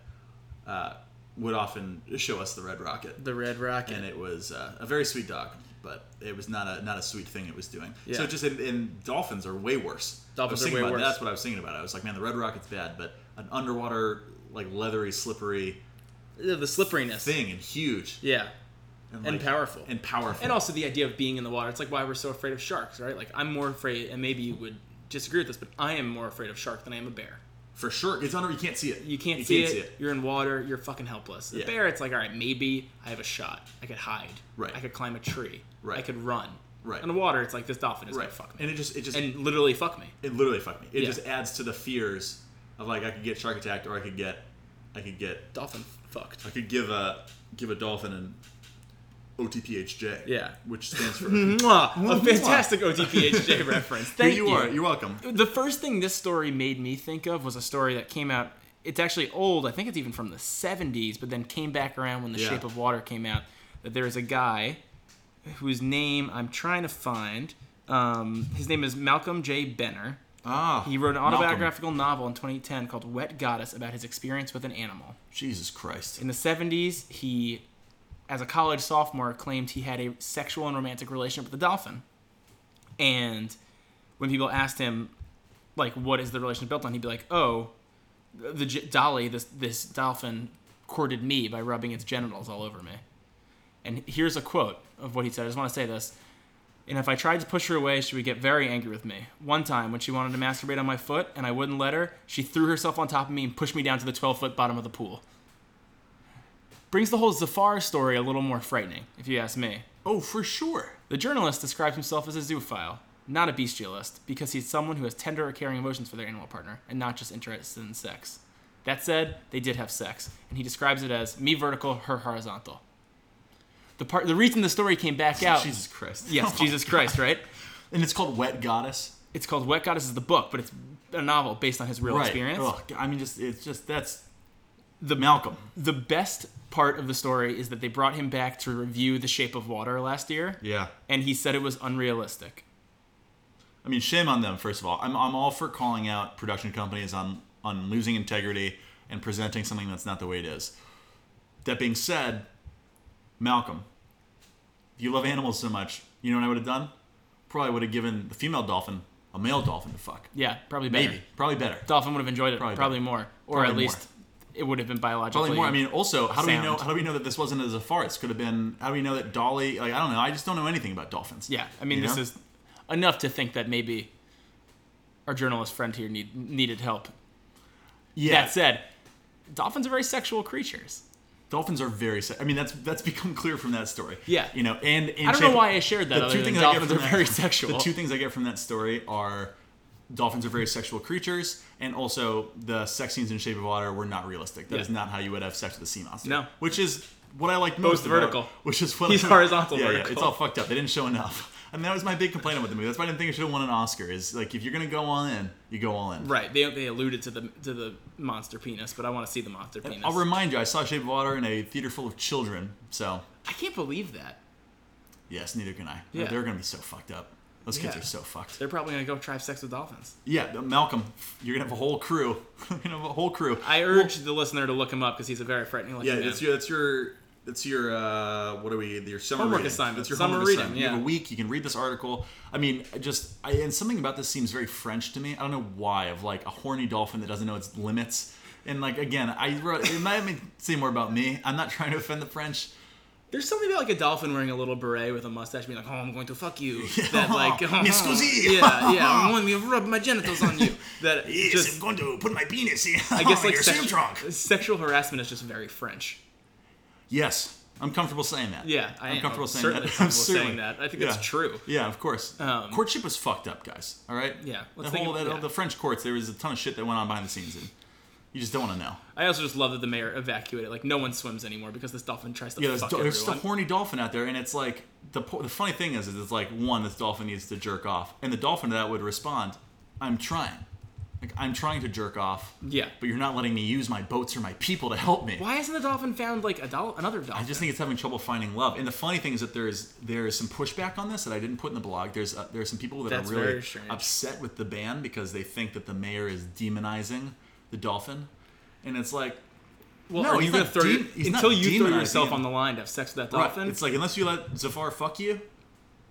Speaker 1: uh, would often show us the red rocket
Speaker 2: The red rocket.
Speaker 1: and it was uh, a very sweet dog, but it was not a not a sweet thing it was doing. So
Speaker 2: Yeah.
Speaker 1: just and, and dolphins are way worse. I
Speaker 2: Dolphins
Speaker 1: was
Speaker 2: are
Speaker 1: thinking
Speaker 2: way
Speaker 1: about
Speaker 2: worse.
Speaker 1: That's what I was thinking about. I was like, man, the red rocket's bad, but an underwater like leathery, slippery
Speaker 2: the, the slipperiness.
Speaker 1: thing and huge
Speaker 2: Yeah. And
Speaker 1: like,
Speaker 2: powerful.
Speaker 1: and powerful
Speaker 2: And also the idea of being in the water. It's like why we're so afraid of sharks, right? Like I'm more afraid, and maybe you would disagree with this, but I am more afraid of shark than I am a bear.
Speaker 1: for sure. It's under. You can't see it.
Speaker 2: You can't, see, it. You're in water. You're fucking helpless. A
Speaker 1: Yeah.
Speaker 2: bear, it's like, all right, maybe I have a shot. I could hide.
Speaker 1: Right.
Speaker 2: I could climb a tree.
Speaker 1: Right.
Speaker 2: I could run.
Speaker 1: Right.
Speaker 2: In the water, it's like this dolphin is
Speaker 1: Right.
Speaker 2: gonna fuck me
Speaker 1: And it just it just
Speaker 2: and, literally fuck me.
Speaker 1: it literally fucked me. It
Speaker 2: Yeah.
Speaker 1: just adds to the fears of like I could get shark attacked or I could get I could get
Speaker 2: Dolphin fucked.
Speaker 1: I could give a give a dolphin an OTPHJ.
Speaker 2: Yeah.
Speaker 1: which stands for.
Speaker 2: Mwah! A fantastic OTPHJ reference. Thank
Speaker 1: you, are. You're welcome.
Speaker 2: The first thing this story made me think of was a story that came out. It's actually old. I think it's even from the 70s, but then came back around when The
Speaker 1: Yeah.
Speaker 2: Shape of Water came out. That there is a guy whose name I'm trying to find. Um, his name is Malcolm J. Benner.
Speaker 1: Ah,
Speaker 2: He wrote an autobiographical novel in 2010 called Wet Goddess about his experience with an animal.
Speaker 1: Jesus Christ.
Speaker 2: In the 70s, he, as a college sophomore, claimed he had a sexual and romantic relationship with a dolphin. And when people asked him, like, what is the relationship built on, he'd be like, oh, the j- dolly, this, this dolphin, courted me by rubbing its genitals all over me. And here's a quote of what he said. I just want to say this. And if I tried to push her away, she would get very angry with me. One time, when she wanted to masturbate on my foot and I wouldn't let her, she threw herself on top of me and pushed me down to the 12 foot bottom of the pool. Brings the whole Zafar story a little more frightening, if you ask me.
Speaker 1: Oh, for sure.
Speaker 2: The journalist describes himself as a zoophile. not a bestialist, because he's someone who has tender or caring emotions for their animal partner and not just interested in sex. That said, they did have sex, and he describes it as me vertical, her horizontal. The part, the reason the story came back out,
Speaker 1: Jesus Christ.
Speaker 2: yes, Jesus Christ, right?
Speaker 1: And it's called Wet Goddess.
Speaker 2: It's called Wet Goddess is the book, but it's a novel based on his real
Speaker 1: Right.
Speaker 2: experience.
Speaker 1: Ugh, I mean, just it's just that's the Malcolm.
Speaker 2: The best part of the story is that they brought him back to review The Shape of Water last year,
Speaker 1: Yeah.
Speaker 2: and he said it was unrealistic.
Speaker 1: I mean, shame on them. First of all, I'm I'm all for calling out production companies on on losing integrity and presenting something that's not the way it is. That being said, Malcolm, if you love animals so much, you know what I would have done? Probably would have given the female dolphin a male dolphin to fuck.
Speaker 2: Yeah, probably better.
Speaker 1: Maybe, probably better.
Speaker 2: Dolphin would have enjoyed it
Speaker 1: Probably
Speaker 2: probably,
Speaker 1: better.
Speaker 2: more, or
Speaker 1: Probably
Speaker 2: at least it would have been biologically.
Speaker 1: Probably more. I mean, also, how do we
Speaker 2: sound.
Speaker 1: know? How do we know that this wasn't as a fart? This could have been. How do we know that Dolly? Like, I don't know. I just don't know anything about dolphins.
Speaker 2: yeah. I mean,
Speaker 1: You
Speaker 2: this
Speaker 1: know?
Speaker 2: is enough to think that maybe our journalist friend here need, needed help.
Speaker 1: yeah.
Speaker 2: That said, dolphins are very sexual creatures.
Speaker 1: Dolphins are very. se- I mean, that's that's become clear from that story.
Speaker 2: Yeah.
Speaker 1: You know, and, and
Speaker 2: I don't know why I shared that.
Speaker 1: the
Speaker 2: Other
Speaker 1: two
Speaker 2: than
Speaker 1: things I get
Speaker 2: dolphins
Speaker 1: from
Speaker 2: are
Speaker 1: that,
Speaker 2: very sexual.
Speaker 1: The two things I get from that story are dolphins are very sexual creatures, and also the sex scenes in Shape of Water were not realistic. That is
Speaker 2: Yeah.
Speaker 1: not how you would have sex with a sea monster.
Speaker 2: No.
Speaker 1: which is what I liked most. about-
Speaker 2: vertical.
Speaker 1: which is what
Speaker 2: He's
Speaker 1: I-
Speaker 2: horizontal
Speaker 1: Yeah, yeah,
Speaker 2: vertical.
Speaker 1: it's all fucked up. They didn't show enough. I mean, that was my big complaint about the movie. That's why I didn't think it should have won an Oscar. Is like if you're gonna go all in, you go all in.
Speaker 2: right. They, they alluded to the to the monster penis, but I want to see the monster penis.
Speaker 1: I'll remind you, I saw Shape of Water in a theater full of children. So
Speaker 2: I can't believe that.
Speaker 1: Yes, neither can I.
Speaker 2: Yeah.
Speaker 1: They're going to be so fucked up. Those kids
Speaker 2: Yeah.
Speaker 1: are so fucked.
Speaker 2: They're probably gonna go try sex with dolphins.
Speaker 1: Yeah, but Malcolm, you're going to have a whole crew. you're going to have a whole crew.
Speaker 2: I urge the listener to look him up because he's a very frightening looking
Speaker 1: yeah,
Speaker 2: man.
Speaker 1: that's your that's your that's your uh, what are we your summer
Speaker 2: Homework
Speaker 1: reading.
Speaker 2: assignment.
Speaker 1: That's your
Speaker 2: Summer
Speaker 1: homework
Speaker 2: reading,
Speaker 1: assignment. You have a
Speaker 2: yeah.
Speaker 1: week. You can read this article. I mean, I just I, and something about this seems very French to me. I don't know why. Of like a horny dolphin that doesn't know its limits. And like again, I wrote, it might mean- say more about me. I'm not trying to offend the French.
Speaker 2: There's something about like a dolphin wearing a little beret with a mustache, being like, "Oh, I'm going to fuck you." That like,
Speaker 1: M'excusi.
Speaker 2: yeah, yeah, I'm going to rub my genitals on you. That just,
Speaker 1: going to put my penis in.
Speaker 2: I guess like sexual, sexual harassment is just very French.
Speaker 1: Yes, I'm comfortable saying that.
Speaker 2: Yeah, I
Speaker 1: I'm
Speaker 2: am.
Speaker 1: comfortable saying
Speaker 2: certainly
Speaker 1: that.
Speaker 2: Comfortable
Speaker 1: I'm certainly-
Speaker 2: saying that. I think
Speaker 1: Yeah.
Speaker 2: that's true.
Speaker 1: Yeah, of course.
Speaker 2: Um,
Speaker 1: Courtship was fucked up, guys. All right.
Speaker 2: Yeah,
Speaker 1: The
Speaker 2: let's
Speaker 1: whole
Speaker 2: think of-
Speaker 1: that-
Speaker 2: yeah.
Speaker 1: the French courts. There was a ton of shit that went on behind the scenes, and you just don't want to know.
Speaker 2: I also just love that the mayor evacuated. Like, no one swims anymore because this dolphin tries to
Speaker 1: Yeah, there's,
Speaker 2: fuck
Speaker 1: do-
Speaker 2: everyone.
Speaker 1: there's just a horny dolphin out there, and it's like the po- the funny thing is, is it's like one, this dolphin needs to jerk off, and the dolphin to that would respond, "I'm trying, like I'm trying to jerk off,
Speaker 2: yeah.
Speaker 1: but you're not letting me use my boats or my people to help me."
Speaker 2: Why hasn't the dolphin found like a dol- another dolphin?
Speaker 1: I just think it's having trouble finding love. And the funny thing is that there is there is some pushback on this that I didn't put in the blog. There's uh, there are some people that
Speaker 2: That's
Speaker 1: are really
Speaker 2: very strange.
Speaker 1: upset with the ban because they think that the mayor is demonizing the dolphin, and it's like
Speaker 2: well,
Speaker 1: no,
Speaker 2: are you
Speaker 1: he's
Speaker 2: gonna
Speaker 1: not
Speaker 2: throw
Speaker 1: de-
Speaker 2: your-
Speaker 1: he's not
Speaker 2: until you throw
Speaker 1: demonizing
Speaker 2: yourself
Speaker 1: him.
Speaker 2: on the line to have sex with that
Speaker 1: right,
Speaker 2: dolphin.
Speaker 1: it's like unless you let Zafar fuck you.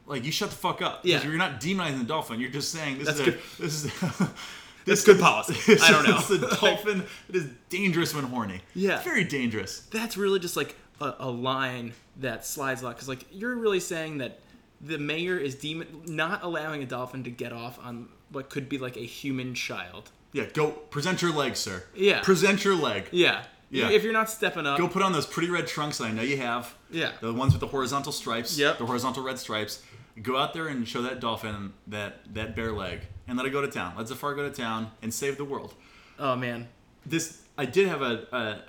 Speaker 1: Like you shut the fuck up. 'Cause
Speaker 2: Yeah.
Speaker 1: you're not demonizing the dolphin. You're just saying this
Speaker 2: That's
Speaker 1: is
Speaker 2: good.
Speaker 1: a, this is
Speaker 2: that's good policy. I don't
Speaker 1: It's
Speaker 2: know.
Speaker 1: a dolphin. It is dangerous when horny.
Speaker 2: Yeah.
Speaker 1: It's very dangerous.
Speaker 2: that's really just like a, a line that slides a lot because like you're really saying that the mayor is demon not allowing a dolphin to get off on what could be like a human child
Speaker 1: Yeah, go present your leg, sir.
Speaker 2: Yeah.
Speaker 1: Present your leg.
Speaker 2: yeah
Speaker 1: Yeah.
Speaker 2: if you're not stepping up
Speaker 1: Go put on those pretty red trunks that I know you have.
Speaker 2: Yeah.
Speaker 1: The ones with the horizontal stripes.
Speaker 2: Yep.
Speaker 1: The horizontal red stripes. Go out there and show that dolphin that that bare leg, and let it go to town. Let Zafar go to town and save the world.
Speaker 2: oh man
Speaker 1: This I did have a, a,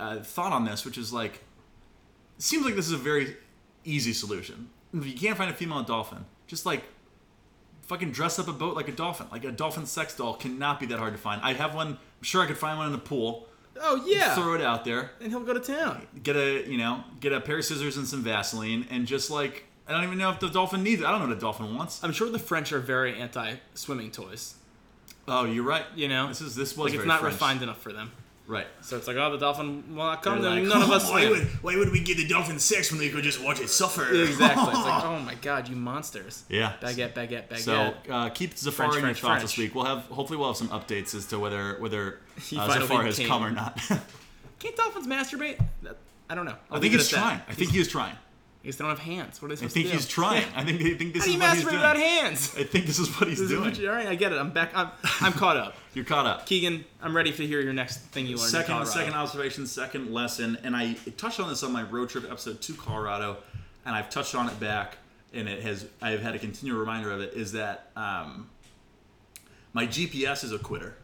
Speaker 1: a thought on this, which is like, it seems like this is a very easy solution. If you can't find a female dolphin, just like fucking dress up a boat like a dolphin. Like a dolphin sex doll cannot be that hard to find. I have one. I'm sure I could find one in the pool.
Speaker 2: oh yeah
Speaker 1: Throw it out there
Speaker 2: and he'll go to town
Speaker 1: get a you know get a pair of scissors and some Vaseline and just like I don't even know if the dolphin needs. it. I don't know what a dolphin wants.
Speaker 2: i'm sure the french are very anti swimming toys
Speaker 1: Oh, you're right.
Speaker 2: you know
Speaker 1: This is this was
Speaker 2: like it's
Speaker 1: very
Speaker 2: not
Speaker 1: French.
Speaker 2: refined enough for them
Speaker 1: Right.
Speaker 2: so it's like oh the dolphin will not come
Speaker 1: They're
Speaker 2: then
Speaker 1: like, "Oh,
Speaker 2: none of us swim."
Speaker 1: why would we give the dolphin sex when we could just watch it suffer?
Speaker 2: exactly it's like oh my god you monsters
Speaker 1: Yeah.
Speaker 2: baguette baguette baguette
Speaker 1: So uh, keep Zafar
Speaker 2: French,
Speaker 1: in your
Speaker 2: French,
Speaker 1: thoughts
Speaker 2: French.
Speaker 1: this week. We'll have hopefully we'll have some updates as to whether whether uh,
Speaker 2: finally
Speaker 1: Zafar has
Speaker 2: came.
Speaker 1: come or not.
Speaker 2: Can't dolphins masturbate? That- I don't know. I'll
Speaker 1: I think he's trying. I think he's trying.
Speaker 2: I guess they don't have hands. What are they
Speaker 1: I
Speaker 2: supposed
Speaker 1: think
Speaker 2: to do?
Speaker 1: he's trying. I think I think this
Speaker 2: How do
Speaker 1: is
Speaker 2: you
Speaker 1: what he's
Speaker 2: masturbate
Speaker 1: doing.
Speaker 2: without hands?
Speaker 1: I think this is what he's
Speaker 2: This is
Speaker 1: doing.
Speaker 2: what you- all right, I get it. I'm back. I'm, I'm caught up.
Speaker 1: You're caught up.
Speaker 2: Keegan, I'm ready to hear your next thing you learned. in
Speaker 1: second
Speaker 2: Colorado.
Speaker 1: second observation, second lesson, and I touched on this on my road trip episode to Colorado, and I've touched on it back and it has I've had a continual reminder of it is that um, my GPS is a quitter,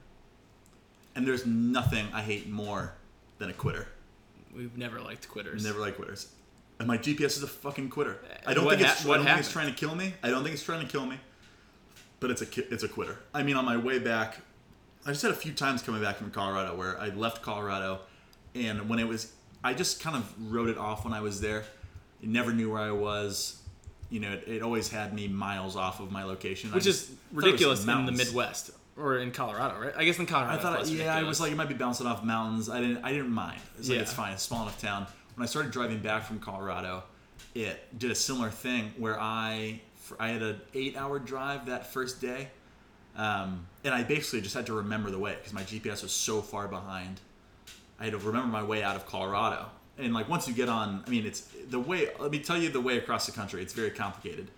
Speaker 1: and there's nothing I hate more than a quitter.
Speaker 2: We've never liked quitters.
Speaker 1: Never like quitters. And my GPS is a fucking quitter. I don't
Speaker 2: What
Speaker 1: think
Speaker 2: hap-
Speaker 1: it's
Speaker 2: what
Speaker 1: I don't think it's trying
Speaker 2: happened?
Speaker 1: to kill me. I don't think it's trying to kill me. But it's a ki- it's a quitter. I mean, on my way back, I just had a few times coming back from Colorado where I left Colorado, and when it was, I just kind of wrote it off when I was there. I never knew where I was. You know, it, it always had me miles off of my location, I
Speaker 2: Which
Speaker 1: just
Speaker 2: is
Speaker 1: thought it was
Speaker 2: ridiculous in the
Speaker 1: mountains.
Speaker 2: Midwest or in Colorado, right? I guess in Colorado.
Speaker 1: I thought,
Speaker 2: it's less
Speaker 1: yeah, I was
Speaker 2: ridiculous.
Speaker 1: like, it might be bouncing off mountains. I didn't, I didn't mind. It's like
Speaker 2: Yeah.
Speaker 1: it's fine. It's a small enough town. When I started driving back from Colorado, it did a similar thing where I, for, I had an eight-hour drive that first day, um, and I basically just had to remember the way because my GPS was so far behind. I had to remember my way out of Colorado. And like once you get on, I mean, it's the way. Let me tell you the way across the country. It's very complicated.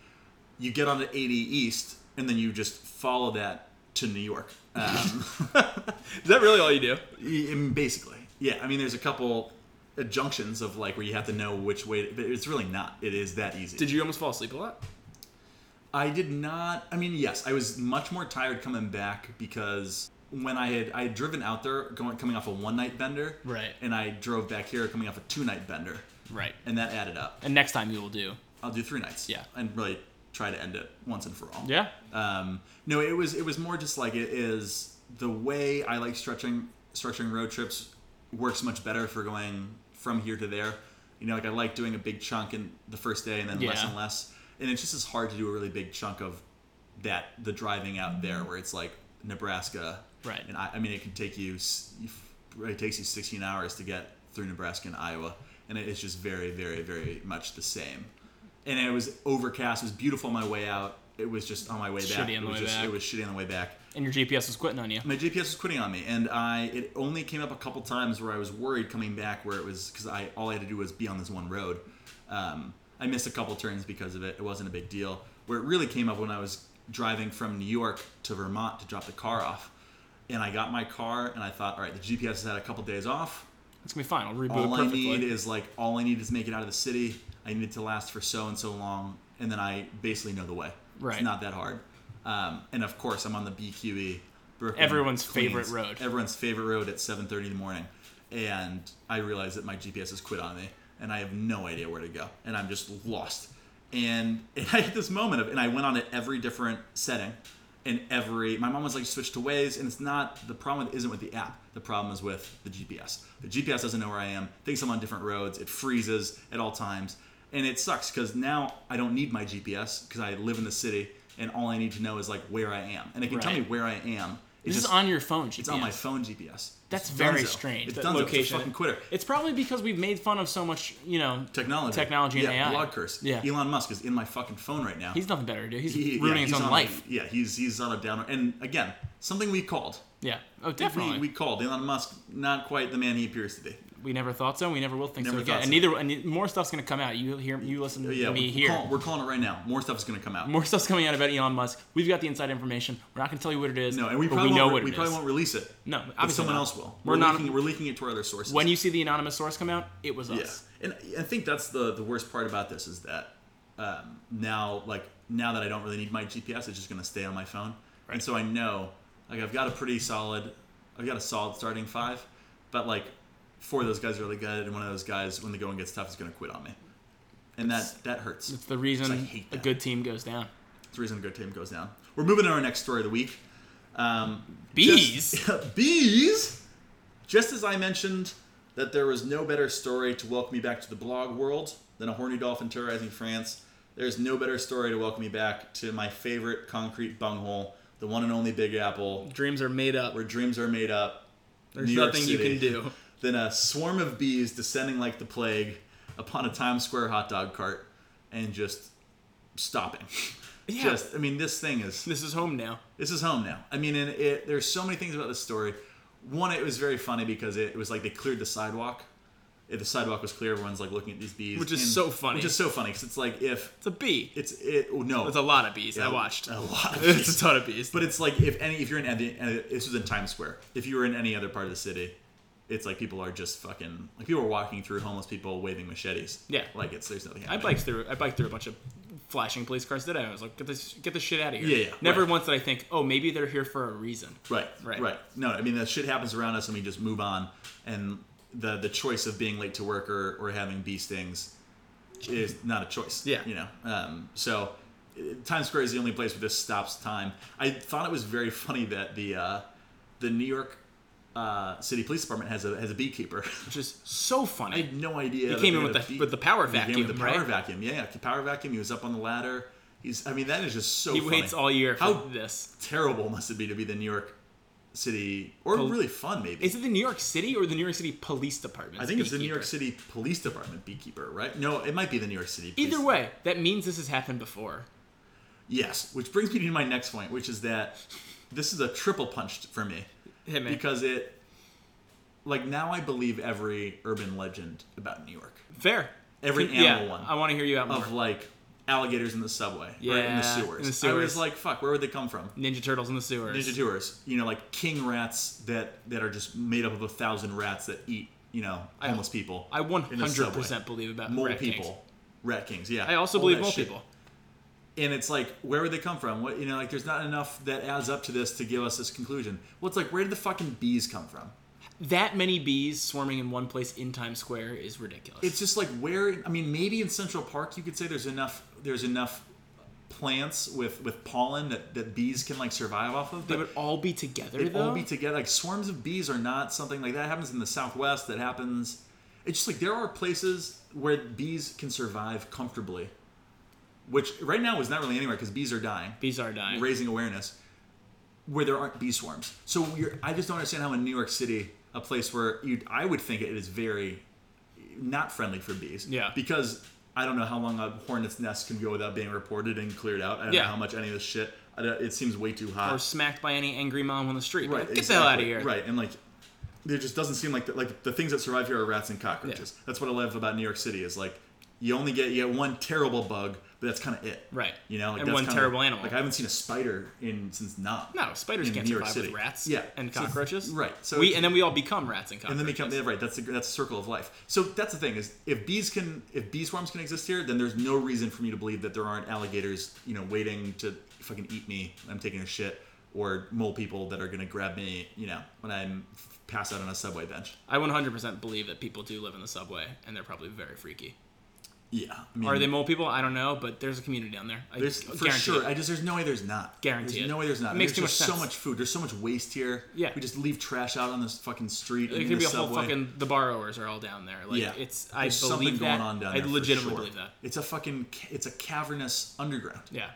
Speaker 1: You get on to 80 East, and then you just follow that to New York. Um,
Speaker 2: is that really all you do?
Speaker 1: Y- I mean, Basically, yeah. I mean, there's a couple uh, junctions of like where you have to know which way, but it's really not. It is that easy.
Speaker 2: Did you almost fall asleep a lot?
Speaker 1: I did not. I mean, yes, I was much more tired coming back because when I had I had driven out there going coming off a one night bender,
Speaker 2: Right.
Speaker 1: and I drove back here coming off a two night bender,
Speaker 2: Right.
Speaker 1: and that added up.
Speaker 2: And next time you will do.
Speaker 1: I'll do three nights,
Speaker 2: Yeah.
Speaker 1: and really try to end it once and for all.
Speaker 2: Yeah.
Speaker 1: Um, no, it was it was more just like it is the way I like stretching structuring road trips works much better for going from here to there. You know, like I like doing a big chunk in the first day and then less
Speaker 2: Yeah.
Speaker 1: and less. And it's just as hard to do a really big chunk of that the driving out there where it's like Nebraska.
Speaker 2: Right.
Speaker 1: And I, I mean, it can take you s- it takes you 16 hours to get through Nebraska and Iowa, and it's just very, very, very much the same and it was overcast. It was beautiful on my way out. It was just on my way back.
Speaker 2: Shitty on
Speaker 1: it
Speaker 2: the
Speaker 1: was
Speaker 2: way
Speaker 1: just
Speaker 2: back.
Speaker 1: it was shitty on the way back.
Speaker 2: And your GPS was quitting on you.
Speaker 1: My GPS was quitting on me, and I it only came up a couple times where I was worried coming back where it was because I all I had to do was be on this one road. Um, I missed a couple turns because of it. It wasn't a big deal. Where it really came up when I was driving from New York to Vermont to drop the car off, and I got my car and I thought, all right, the GPS has had a couple days off
Speaker 2: It's gonna be fine. I'll reboot
Speaker 1: all I
Speaker 2: it perfectly.
Speaker 1: need is like all I need is make it out of the city. I need it to last for so and so long, and then I basically know the way.
Speaker 2: Right.
Speaker 1: It's not that hard. Um, and of course, I'm on the BQE. Brooklyn,
Speaker 2: Everyone's favorite road.
Speaker 1: Everyone's favorite road at 7:30 in the morning, and I realize that my GPS has quit on me, and I have no idea where to go, and I'm just lost. And, and I had this moment of, and I went on to every different setting, and every my mom was like switch to Waze, and it's not the problem isn't with the app. The problem is with the GPS. The GPS doesn't know where I am. Thinks I'm on different roads. It freezes at all times, and it sucks because now I don't need my GPS because I live in the city, and all I need to know is like where I am, and it can tell me
Speaker 2: Right.
Speaker 1: where I am. It
Speaker 2: this
Speaker 1: just-
Speaker 2: is on your phone. GPS.
Speaker 1: it's on my phone GPS. It's
Speaker 2: That's very
Speaker 1: dunzo.
Speaker 2: strange.
Speaker 1: It's
Speaker 2: That
Speaker 1: done. It's a
Speaker 2: location-
Speaker 1: fucking quitter.
Speaker 2: It's probably because we've made fun of so much, you know,
Speaker 1: Technology.
Speaker 2: Technology and
Speaker 1: yeah,
Speaker 2: AI.
Speaker 1: Blog curse.
Speaker 2: Yeah.
Speaker 1: Elon Musk is in my fucking phone right now.
Speaker 2: he's nothing better to do. He's
Speaker 1: He- yeah,
Speaker 2: ruining his
Speaker 1: he's
Speaker 2: own
Speaker 1: on a-
Speaker 2: life.
Speaker 1: yeah, he's he's on a downer. And again, something we called.
Speaker 2: yeah. Oh, definitely.
Speaker 1: We, we called Elon Musk not quite the man he appears to be.
Speaker 2: We never thought so. We never will think
Speaker 1: Never
Speaker 2: so again.
Speaker 1: thought
Speaker 2: And
Speaker 1: so.
Speaker 2: neither and more stuff's gonna come out. You hear you listen to
Speaker 1: Yeah,
Speaker 2: me
Speaker 1: we,
Speaker 2: here.
Speaker 1: We're, calling, we're calling it right now. More stuff is going to come out.
Speaker 2: More stuff's coming out about Elon Musk. We've got the inside information. We're not gonna tell you what it is.
Speaker 1: no, and we
Speaker 2: but
Speaker 1: probably
Speaker 2: we know
Speaker 1: won't,
Speaker 2: what
Speaker 1: we
Speaker 2: it
Speaker 1: probably
Speaker 2: is.
Speaker 1: won't release it.
Speaker 2: No,
Speaker 1: But
Speaker 2: obviously
Speaker 1: someone
Speaker 2: not.
Speaker 1: else will.
Speaker 2: We're
Speaker 1: We're,
Speaker 2: not-
Speaker 1: leaking, we're leaking it to our other sources.
Speaker 2: When you see the anonymous source come out, it was
Speaker 1: Yeah,
Speaker 2: us.
Speaker 1: and I think that's the the worst part about this is that um, now, like now that I don't really need my GPS, it's just going to stay on my phone, and so I know like I've got a pretty solid, I've got a solid starting five, but like four of those guys are really good, and one of those guys when the going gets tough is going to quit on me, and that that hurts.
Speaker 2: It's the
Speaker 1: I
Speaker 2: reason
Speaker 1: hate
Speaker 2: a
Speaker 1: that.
Speaker 2: good team goes down.
Speaker 1: It's the reason a good team goes down. We're moving to our next story of the week. Um,
Speaker 2: Bees.
Speaker 1: just- bees. Just as I mentioned that there was no better story to welcome me back to the blog world than a horny dolphin terrorizing France, there's no better story to welcome me back to my favorite concrete bunghole, the one and only Big Apple,
Speaker 2: Dreams are made up.
Speaker 1: where dreams are made up.
Speaker 2: There's
Speaker 1: New York
Speaker 2: nothing you
Speaker 1: City.
Speaker 2: can do.
Speaker 1: Then a swarm of bees descending like the plague upon a Times Square hot dog cart and just stopping.
Speaker 2: Yeah.
Speaker 1: Just, I mean, this thing is
Speaker 2: This is home now.
Speaker 1: this is home now. I mean, and it, there's so many things about this story. One, it was very funny because it, was like they cleared the sidewalk. If the sidewalk was clear, everyone's like looking at these bees,
Speaker 2: Which is so funny.
Speaker 1: Which is so funny because it's like if
Speaker 2: It's a bee.
Speaker 1: it's it oh, no,
Speaker 2: It's a lot of bees. I watched.
Speaker 1: a lot. Of
Speaker 2: It's a
Speaker 1: bees.
Speaker 2: ton of bees.
Speaker 1: Oh. But it's like if any if you're in any- uh, this was in Times Square. If you were in any other part of the city, it's like people are just fucking like people are walking through homeless people waving machetes.
Speaker 2: Yeah.
Speaker 1: like it's there's nothing.
Speaker 2: I
Speaker 1: Happening.
Speaker 2: biked through. I biked through a bunch of flashing police cars did. I was like, get this, get this shit out of here.
Speaker 1: Yeah, yeah,
Speaker 2: Never
Speaker 1: right.
Speaker 2: once did I think, oh, maybe they're here for a reason.
Speaker 1: Right,
Speaker 2: Right.
Speaker 1: right, right. No, I mean that shit happens around us, and we just move on. And the the choice of being late to work or, or having bee stings is not a choice.
Speaker 2: Yeah.
Speaker 1: you know. Um, so uh, Times Square is the only place where this stops time. I thought it was very funny that the uh, the New York uh, City Police Department has a has a beekeeper.
Speaker 2: Which is so
Speaker 1: I
Speaker 2: funny.
Speaker 1: had no idea. that
Speaker 2: came
Speaker 1: they
Speaker 2: in
Speaker 1: had
Speaker 2: with
Speaker 1: a
Speaker 2: the- with the power
Speaker 1: He came with
Speaker 2: vacuum,
Speaker 1: the power
Speaker 2: right?
Speaker 1: vacuum. Yeah, yeah, power vacuum. He was up on the ladder. He's. I mean, that is just so.
Speaker 2: he
Speaker 1: funny
Speaker 2: waits all year for
Speaker 1: How
Speaker 2: this.
Speaker 1: terrible must it be to be the New York City, or really fun maybe?
Speaker 2: Is it the New York City or the New York City Police Department?
Speaker 1: I think it's the New York
Speaker 2: beekeeper?
Speaker 1: City Police Department beekeeper, right? No, it might be the New York City. Police-
Speaker 2: Either way, that means this has happened before.
Speaker 1: yes. Which brings me to my next point, which is that this is a triple punched for me
Speaker 2: Hit me.
Speaker 1: because it, like now I believe every urban legend about New York,
Speaker 2: Fair.
Speaker 1: every
Speaker 2: Can-
Speaker 1: animal
Speaker 2: yeah,
Speaker 1: one
Speaker 2: I want to hear you out more.
Speaker 1: of like alligators in the subway, or in
Speaker 2: Yeah,
Speaker 1: the sewers.
Speaker 2: in the
Speaker 1: I
Speaker 2: sewers.
Speaker 1: was like, fuck, where would they come from?
Speaker 2: Ninja Turtles in the sewers.
Speaker 1: Ninja tours, you know, like king rats that that are just made up of a thousand rats that eat, you know, homeless people.
Speaker 2: I
Speaker 1: in the subway.
Speaker 2: 100% believe about
Speaker 1: mole
Speaker 2: rat
Speaker 1: people,
Speaker 2: kings.
Speaker 1: rat kings. Yeah,
Speaker 2: I also
Speaker 1: all
Speaker 2: believe
Speaker 1: that
Speaker 2: mole
Speaker 1: shit.
Speaker 2: people.
Speaker 1: And it's like, where would they come from? What you know, like, there's not enough that adds up to this to give us this conclusion. Well, it's like, where did the fucking bees come from?
Speaker 2: That many bees swarming in one place in Times Square is ridiculous.
Speaker 1: It's just like where. I mean, maybe in Central Park, you could say there's enough. There's enough plants with with pollen that, that bees can like survive off of.
Speaker 2: they
Speaker 1: but
Speaker 2: would all be together
Speaker 1: They
Speaker 2: though.
Speaker 1: all be together. Like swarms of bees are not something like that happens in the Southwest. That happens. It's just like there are places where bees can survive comfortably, which right now is not really anywhere because bees are dying,
Speaker 2: bees are dying.
Speaker 1: raising awareness where there aren't bee swarms. So you're, I just don't understand how in New York City, a place where you, I would think it is very not friendly for bees.
Speaker 2: Yeah.
Speaker 1: Because I don't know how long a hornet's nest can go without being reported and cleared out. I don't
Speaker 2: Yeah.
Speaker 1: know how much any of this shit. I don't- It seems way too hot
Speaker 2: or smacked by any angry mom on the street. Like, Get the hell
Speaker 1: exactly.
Speaker 2: out of here.
Speaker 1: Right, and like, there just doesn't seem like the, like the things that survive here are rats and cockroaches. That's what I love about New York City is like, you only get you get one terrible bug, but that's kind of it.
Speaker 2: Right.
Speaker 1: You know, like
Speaker 2: And
Speaker 1: that's
Speaker 2: one
Speaker 1: kinda-
Speaker 2: terrible animal.
Speaker 1: Like I haven't seen a spider in since not.
Speaker 2: No, spiders
Speaker 1: in
Speaker 2: can't
Speaker 1: New York
Speaker 2: survive
Speaker 1: City.
Speaker 2: with rats
Speaker 1: Yeah.
Speaker 2: and
Speaker 1: So-
Speaker 2: cockroaches.
Speaker 1: right, so
Speaker 2: we
Speaker 1: it's-
Speaker 2: and then we all become rats and
Speaker 1: And
Speaker 2: cockroaches.
Speaker 1: then become yeah, right. That's the, that's the circle of life. So that's the thing is, if bees can, if bee swarms can exist here, then there's no reason for me to believe that there aren't alligators, you know, waiting to fucking eat me. when I'm taking a shit, or mole people that are gonna grab me, you know, when I'm f- pass out on a subway bench.
Speaker 2: I 100% believe that people do live in the subway and they're probably very freaky.
Speaker 1: Yeah, I mean,
Speaker 2: Are they mole people? I don't know, but there's a community down there. I
Speaker 1: There's
Speaker 2: guarantee
Speaker 1: for sure.
Speaker 2: it.
Speaker 1: I just there's no way there's not.
Speaker 2: Guarantee
Speaker 1: There's
Speaker 2: it.
Speaker 1: no way there's not.
Speaker 2: It
Speaker 1: And
Speaker 2: makes
Speaker 1: there's
Speaker 2: too much
Speaker 1: just
Speaker 2: sense.
Speaker 1: so much food. There's so much waste here.
Speaker 2: Yeah.
Speaker 1: we just leave trash out on this fucking street.
Speaker 2: It
Speaker 1: and
Speaker 2: could
Speaker 1: in
Speaker 2: be
Speaker 1: the
Speaker 2: a whole
Speaker 1: subway.
Speaker 2: fucking. The borrowers are all down there. Like
Speaker 1: yeah,
Speaker 2: it's. I
Speaker 1: There's
Speaker 2: believe
Speaker 1: something
Speaker 2: that.
Speaker 1: going on down
Speaker 2: I
Speaker 1: there for
Speaker 2: legitimately
Speaker 1: sure.
Speaker 2: believe that.
Speaker 1: It's a fucking. ca- It's a cavernous underground.
Speaker 2: Yeah.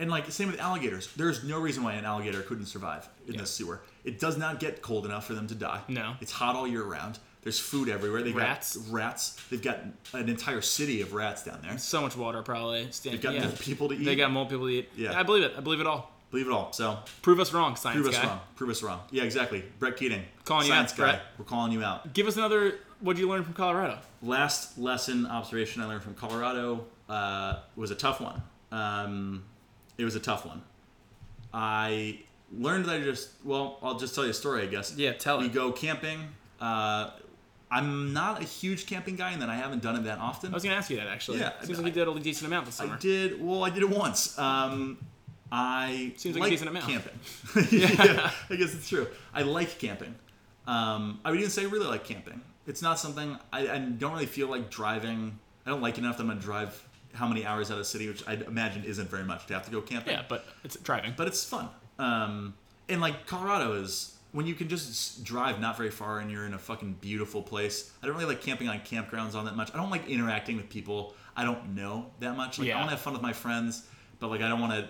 Speaker 1: And like same with alligators. There's no reason why an alligator couldn't survive in
Speaker 2: Yeah.
Speaker 1: this sewer. It does not get cold enough for them to die.
Speaker 2: No.
Speaker 1: It's hot all year round. There's food everywhere. They've
Speaker 2: Rats.
Speaker 1: got rats. They've got an entire city of rats down there.
Speaker 2: So much water, probably. Stand,
Speaker 1: They've got
Speaker 2: yeah.
Speaker 1: more people to eat.
Speaker 2: They got more people to eat.
Speaker 1: Yeah.
Speaker 2: I believe it. I believe it all.
Speaker 1: Believe it all. So
Speaker 2: Prove us wrong, science
Speaker 1: prove us
Speaker 2: guy.
Speaker 1: wrong. Prove us wrong. Yeah, exactly. Brett Keating.
Speaker 2: Calling you
Speaker 1: Science
Speaker 2: out,
Speaker 1: guy.
Speaker 2: Brett.
Speaker 1: We're calling you out.
Speaker 2: Give us another. What did you learn from Colorado?
Speaker 1: last lesson observation I learned from Colorado uh, was a tough one. Um, it was a tough one. I learned that I just well, I'll just tell you a story, I guess.
Speaker 2: Yeah, tell
Speaker 1: we
Speaker 2: it.
Speaker 1: go camping. Uh, I'm not a huge camping guy, and then I haven't done it that often.
Speaker 2: I was gonna ask you that actually.
Speaker 1: Yeah,
Speaker 2: Seems
Speaker 1: I-
Speaker 2: like you did a decent amount this summer.
Speaker 1: I did well. I did it once. Um, I
Speaker 2: Seems like a decent amount.
Speaker 1: camping. yeah, I guess it's true. I like camping. Um, I would even say I really like camping. It's not something I, I don't really feel like driving. I don't like it enough that I'm gonna drive how many hours out of the city, which I imagine isn't very much to have to go camping.
Speaker 2: Yeah, but it's driving.
Speaker 1: but it's fun. Um, and like Colorado is when you can just s- drive not very far and you're in a fucking beautiful place. I don't really like camping on campgrounds on that much. I don't like interacting with people I don't know that much. Like
Speaker 2: Yeah.
Speaker 1: I want to have fun with my friends, but like I don't want to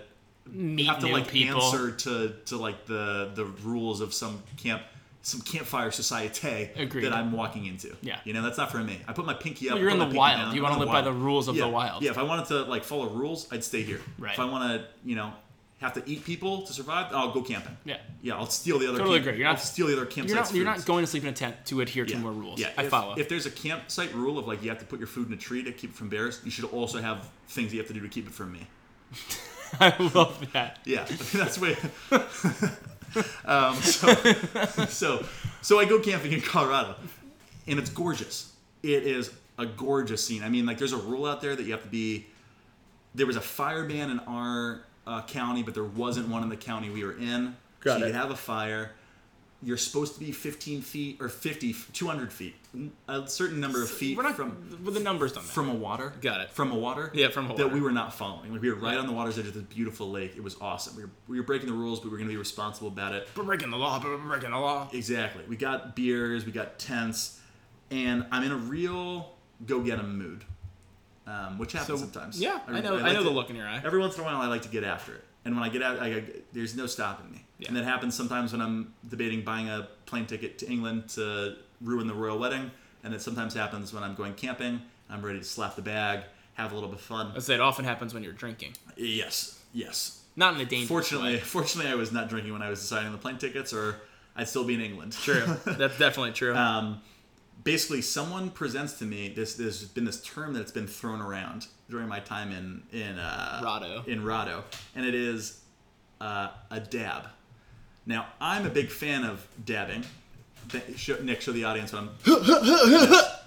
Speaker 2: Meet
Speaker 1: have to
Speaker 2: new
Speaker 1: like
Speaker 2: people.
Speaker 1: answer to to like the the rules of some camp some campfire societe
Speaker 2: Agreed.
Speaker 1: that I'm walking into.
Speaker 2: Yeah.
Speaker 1: You know, that's not for me. I put my pinky up.
Speaker 2: Well, you're
Speaker 1: I
Speaker 2: in
Speaker 1: put
Speaker 2: the
Speaker 1: my pinky
Speaker 2: wild.
Speaker 1: down.
Speaker 2: You
Speaker 1: I'm
Speaker 2: wanna
Speaker 1: in
Speaker 2: live by the rules of
Speaker 1: Yeah.
Speaker 2: the wild.
Speaker 1: Yeah, if I wanted to like follow rules, I'd stay here.
Speaker 2: Right.
Speaker 1: If I want to, you know, have to eat people to survive, I'll go camping.
Speaker 2: Yeah.
Speaker 1: Yeah, I'll steal the other
Speaker 2: Totally
Speaker 1: camp-
Speaker 2: agree. You're not-
Speaker 1: I'll steal the other campsites.
Speaker 2: You're not. You're not
Speaker 1: foods.
Speaker 2: going to sleep in a tent to adhere to
Speaker 1: Yeah.
Speaker 2: more rules.
Speaker 1: Yeah.
Speaker 2: I
Speaker 1: if,
Speaker 2: follow.
Speaker 1: If there's a campsite rule of like you have to put your food in a tree to keep it from bears, you should also have things you have to do to keep it from me.
Speaker 2: I love that.
Speaker 1: Yeah, that's way. um, so, so, so I go camping in Colorado, and it's gorgeous. It is a gorgeous scene. I mean, like there's a rule out there that you have to be there was a fire ban in our uh, county, but there wasn't one in the county we were in.
Speaker 4: Got
Speaker 1: so
Speaker 4: it.
Speaker 1: you could have a fire. You're supposed to be 15 feet or 50, 200 feet, a certain number of feet
Speaker 2: We're not
Speaker 1: from
Speaker 2: with the numbers on that.
Speaker 1: from a water.
Speaker 2: Got it.
Speaker 1: From a water.
Speaker 2: Yeah, from a water.
Speaker 1: That we were not following. Like we were right on the water's edge of this beautiful lake. It was awesome. We were, we were breaking the rules, but we were going to be responsible about it.
Speaker 2: We're breaking the law. We're breaking the law.
Speaker 1: Exactly. We got beers, we got tents, and I'm in a real go get 'em mood, um, which happens sometimes.
Speaker 2: Yeah, I,
Speaker 1: re-
Speaker 2: know. I,
Speaker 1: like
Speaker 2: know
Speaker 1: to-
Speaker 2: the look in your eye.
Speaker 1: Every once in a while, I like to get after it, and when I get out, I, I, there's no stopping me.
Speaker 2: Yeah.
Speaker 1: And that happens sometimes when I'm debating buying a plane ticket to England to ruin the royal wedding, and it sometimes happens when I'm going camping. I'm ready to slap the bag, have a little bit of fun.
Speaker 2: I say it often happens when you're drinking,
Speaker 1: Yes, yes.
Speaker 2: not in a dangerous.
Speaker 1: Fortunately,
Speaker 2: way.
Speaker 1: fortunately, I was not drinking when I was deciding the plane tickets, or I'd still be in England.
Speaker 2: true. That's definitely true.
Speaker 1: um, basically someone presents to me this there's been this term that's been thrown around during my time in in uh,
Speaker 2: Rado.
Speaker 1: in Rado and it is uh, a dab now I'm a big fan of dabbing Th- show, Nick show the audience what I'm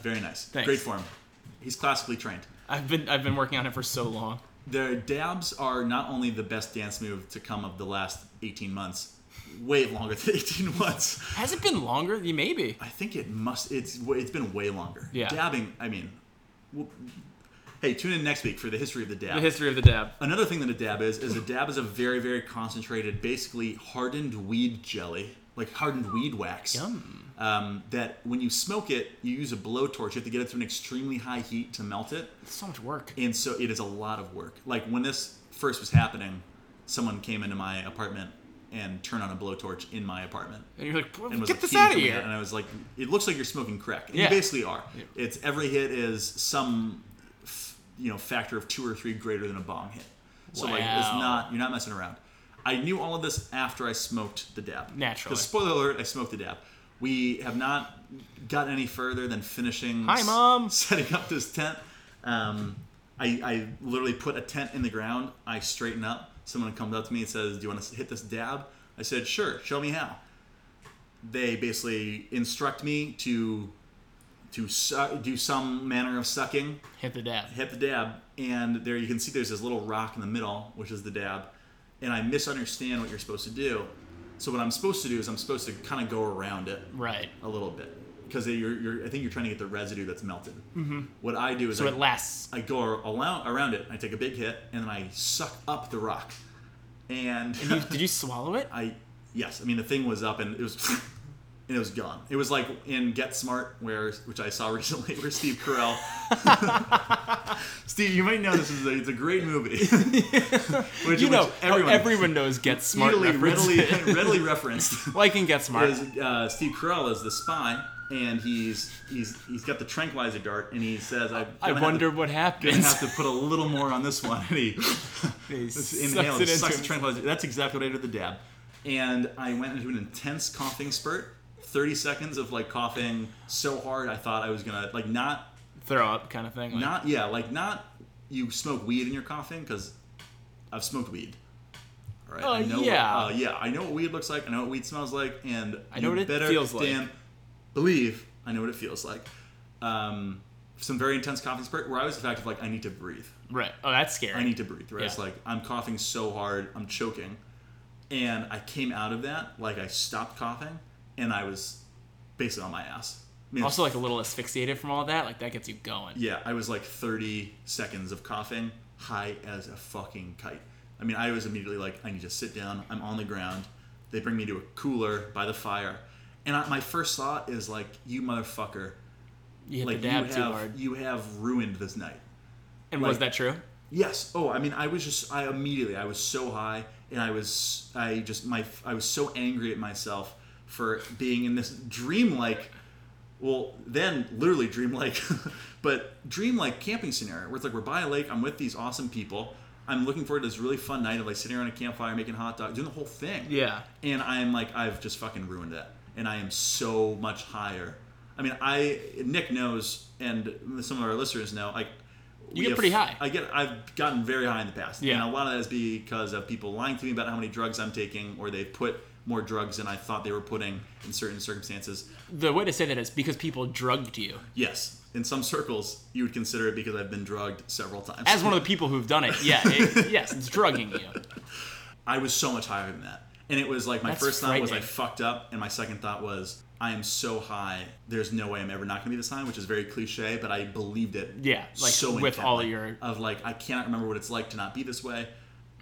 Speaker 1: very nice
Speaker 2: Thanks.
Speaker 1: great form he's classically trained
Speaker 2: I've been I've been working on it for so long.
Speaker 1: their dabs are not only the best dance move to come of the last 18 months way longer than 18 months
Speaker 2: Has it been longer? You maybe.
Speaker 1: I think it must. It's w- it's been way longer.
Speaker 2: Yeah.
Speaker 1: Dabbing. I mean, w hey, tune in next week for the history of the dab.
Speaker 2: The history of the dab.
Speaker 1: Another thing that a dab is is a dab is a very very concentrated, basically hardened weed jelly, like hardened weed wax.
Speaker 2: Yum.
Speaker 1: Um, that when you smoke it, you use a blowtorch. You have to get it to an extremely high heat to melt it
Speaker 2: It's so much work.
Speaker 1: and so it is a lot of work. Like when this first was happening, someone came into my apartment and turned on a blowtorch in my apartment.
Speaker 2: And you're like,
Speaker 1: And was
Speaker 2: get
Speaker 1: like,
Speaker 2: this
Speaker 1: "Keaton,
Speaker 2: out of
Speaker 1: come here." And
Speaker 2: here.
Speaker 1: I was like, it looks like you're smoking crack. And
Speaker 2: Yeah.
Speaker 1: You basically are.
Speaker 2: Yeah.
Speaker 1: It's every hit is some, f- you know, factor of two or three greater than a bong hit. So like, it's
Speaker 2: Wow.
Speaker 1: not you're not messing around. I knew all of this after I smoked the dab.
Speaker 2: Naturally.
Speaker 1: 'Cause spoiler alert, I smoked the dab. We have not gotten any further than finishing.
Speaker 2: Hi,
Speaker 1: s-
Speaker 2: Mom.
Speaker 1: Setting up this tent. Um, I, I literally put a tent in the ground. I straighten up. Someone comes up to me and says, "Do you want to hit this dab?" I said, "Sure. Show me how." They basically instruct me to to su- do some manner of sucking
Speaker 2: Hit the dab.
Speaker 1: hit the dab, and there you can see there's this little rock in the middle, which is the dab, and I misunderstand what you're supposed to do. So what I'm supposed to do is I'm supposed to kind of go around it
Speaker 2: Right.
Speaker 1: a little bit because you're, you're I think you're trying to get the residue that's melted. Mm-hmm. What I do is
Speaker 2: So
Speaker 1: I,
Speaker 2: it lasts.
Speaker 1: I go around, around it, I take a big hit, and then I suck up the rock, and,
Speaker 2: You- Did you swallow it?
Speaker 1: I yes, I mean the thing was up and it was and it was gone. It was like in Get Smart, where which I saw recently, where Steve Carell. Steve, you might know this is a, it's a great movie. which,
Speaker 2: You know,
Speaker 1: which
Speaker 2: everyone, oh, everyone knows Get Smart.
Speaker 1: readily,
Speaker 2: reference.
Speaker 1: oh, readily, readily referenced
Speaker 2: like in Get Smart.
Speaker 1: is uh, Steve Carell is the spy, and he's he's he's got the tranquilizer dart, and he says, "I,
Speaker 2: I wonder what
Speaker 1: Gonna
Speaker 2: happens.
Speaker 1: have to put a little more on this one, and he
Speaker 2: He
Speaker 1: inhale,
Speaker 2: sucks
Speaker 1: it
Speaker 2: it
Speaker 1: sucks
Speaker 2: into
Speaker 1: the
Speaker 2: him.
Speaker 1: tranquilizer. That's exactly what I did with the dab. And I went into an intense coughing spurt. 30 seconds of like coughing so hard I thought I was gonna like not
Speaker 2: Throw up kind of thing. Like,
Speaker 1: not yeah, like not you smoke weed and you're coughing because I've smoked weed. All right.
Speaker 2: Oh,
Speaker 1: I know
Speaker 2: yeah.
Speaker 1: What, uh, yeah, I know what weed looks like, I know what weed smells like, and
Speaker 2: I know
Speaker 1: you
Speaker 2: what it
Speaker 1: better
Speaker 2: feels like.
Speaker 1: damn believe I know what it feels like. Um, some very intense coughing spurt where I was the fact of like I need to breathe.
Speaker 2: Right. Oh, that's scary.
Speaker 1: I need to breathe. Right? It's
Speaker 2: Yeah.
Speaker 1: like I'm coughing so hard, I'm choking, and I came out of that like I stopped coughing, and I was basically on my ass. I mean,
Speaker 2: also, like a little asphyxiated from all that. Like that gets you going.
Speaker 1: yeah, I was like 30 seconds of coughing, high as a fucking kite. I mean, I was immediately like, I need to sit down. I'm on the ground. They bring me to a cooler by the fire, and I, my first thought is like, you motherfucker,
Speaker 2: You hit
Speaker 1: like
Speaker 2: the dab
Speaker 1: you
Speaker 2: too
Speaker 1: have
Speaker 2: hard.
Speaker 1: you have ruined this night.
Speaker 2: And
Speaker 1: like-
Speaker 2: was that true?
Speaker 1: Yes. Oh, I mean, I was just, I immediately, I was so high, and I was, I just, my, I was so angry at myself for being in this dreamlike, well, then literally dreamlike, but dreamlike camping scenario where it's like we're by a lake, I'm with these awesome people, I'm looking forward to this really fun night of like sitting around a campfire, making hot dogs, doing the whole thing.
Speaker 2: Yeah.
Speaker 1: And I'm like, I've just fucking ruined that, and I am so much higher. I mean, I Nick knows, and some of our listeners know, like.
Speaker 2: You
Speaker 1: we
Speaker 2: get
Speaker 1: have-
Speaker 2: pretty high.
Speaker 1: I get. I've gotten very high in the past,
Speaker 2: Yeah.
Speaker 1: and a lot of that is because of people lying to me about how many drugs I'm taking, or they put more drugs than I thought they were putting in certain circumstances.
Speaker 2: The way to say that is because people drugged you.
Speaker 1: Yes, in some circles, you would consider it because I've been drugged several times.
Speaker 2: As one of the people who've done it, yeah, it, yes, it's drugging you.
Speaker 1: I was so much higher than that. And it was like my
Speaker 2: That's
Speaker 1: first thought was I
Speaker 2: frightening.
Speaker 1: fucked up, and my second thought was I am so high. There's no way I'm ever not going to be this high, which is very cliche, but I believed it.
Speaker 2: Yeah, like,
Speaker 1: so
Speaker 2: with all
Speaker 1: intently,
Speaker 2: your-
Speaker 1: of like I cannot remember what it's like to not be this way.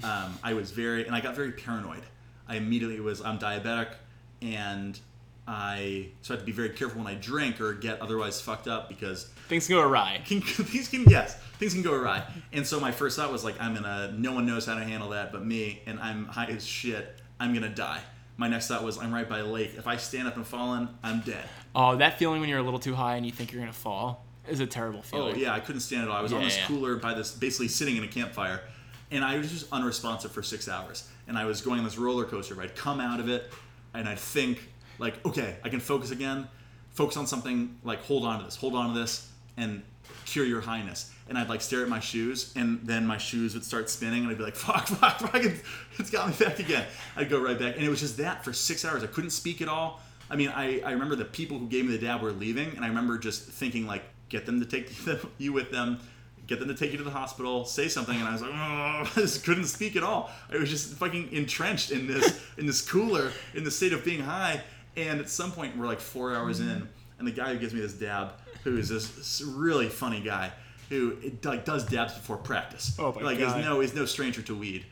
Speaker 1: Um, I was very and I got very paranoid. I immediately was I'm diabetic, and I so I have to be very careful when I drink or get otherwise fucked up because
Speaker 2: Things go awry.
Speaker 1: can, things can yes things can go awry and so my first thought was like i'm gonna no one knows how to handle that but me and i'm high as shit i'm gonna die my next thought was i'm right by a lake if i stand up and fall in i'm dead
Speaker 2: Oh, that feeling when you're a little too high and you think you're gonna fall is a terrible
Speaker 1: oh
Speaker 2: feeling.
Speaker 1: yeah i couldn't stand it all i was on
Speaker 2: Yeah,
Speaker 1: this
Speaker 2: yeah.
Speaker 1: cooler by this basically sitting in a campfire and i was just unresponsive for six hours and i was going on this roller coaster where i'd come out of it and i'd think like okay i can focus again focus on something like hold on to this hold on to this and cure your highness and i'd like stare at my shoes and then my shoes would start spinning and i'd be like fuck fuck fuck it's, it's got me back again i'd go right back and it was just that for six hours i couldn't speak at all i mean i, I remember the people who gave me the dab were leaving and i remember just thinking like get them to take you with them get them to take you to the hospital say something and i was like "Ugh," i just couldn't speak at all i was just fucking entrenched in this in this cooler in the state of being high and at some point we're like four hours
Speaker 2: Mm-hmm.
Speaker 1: in and the guy who gives me this dab who is this s- really funny guy who it, like does dabs before practice
Speaker 2: Oh my
Speaker 1: like
Speaker 2: God.
Speaker 1: is no is no stranger to weed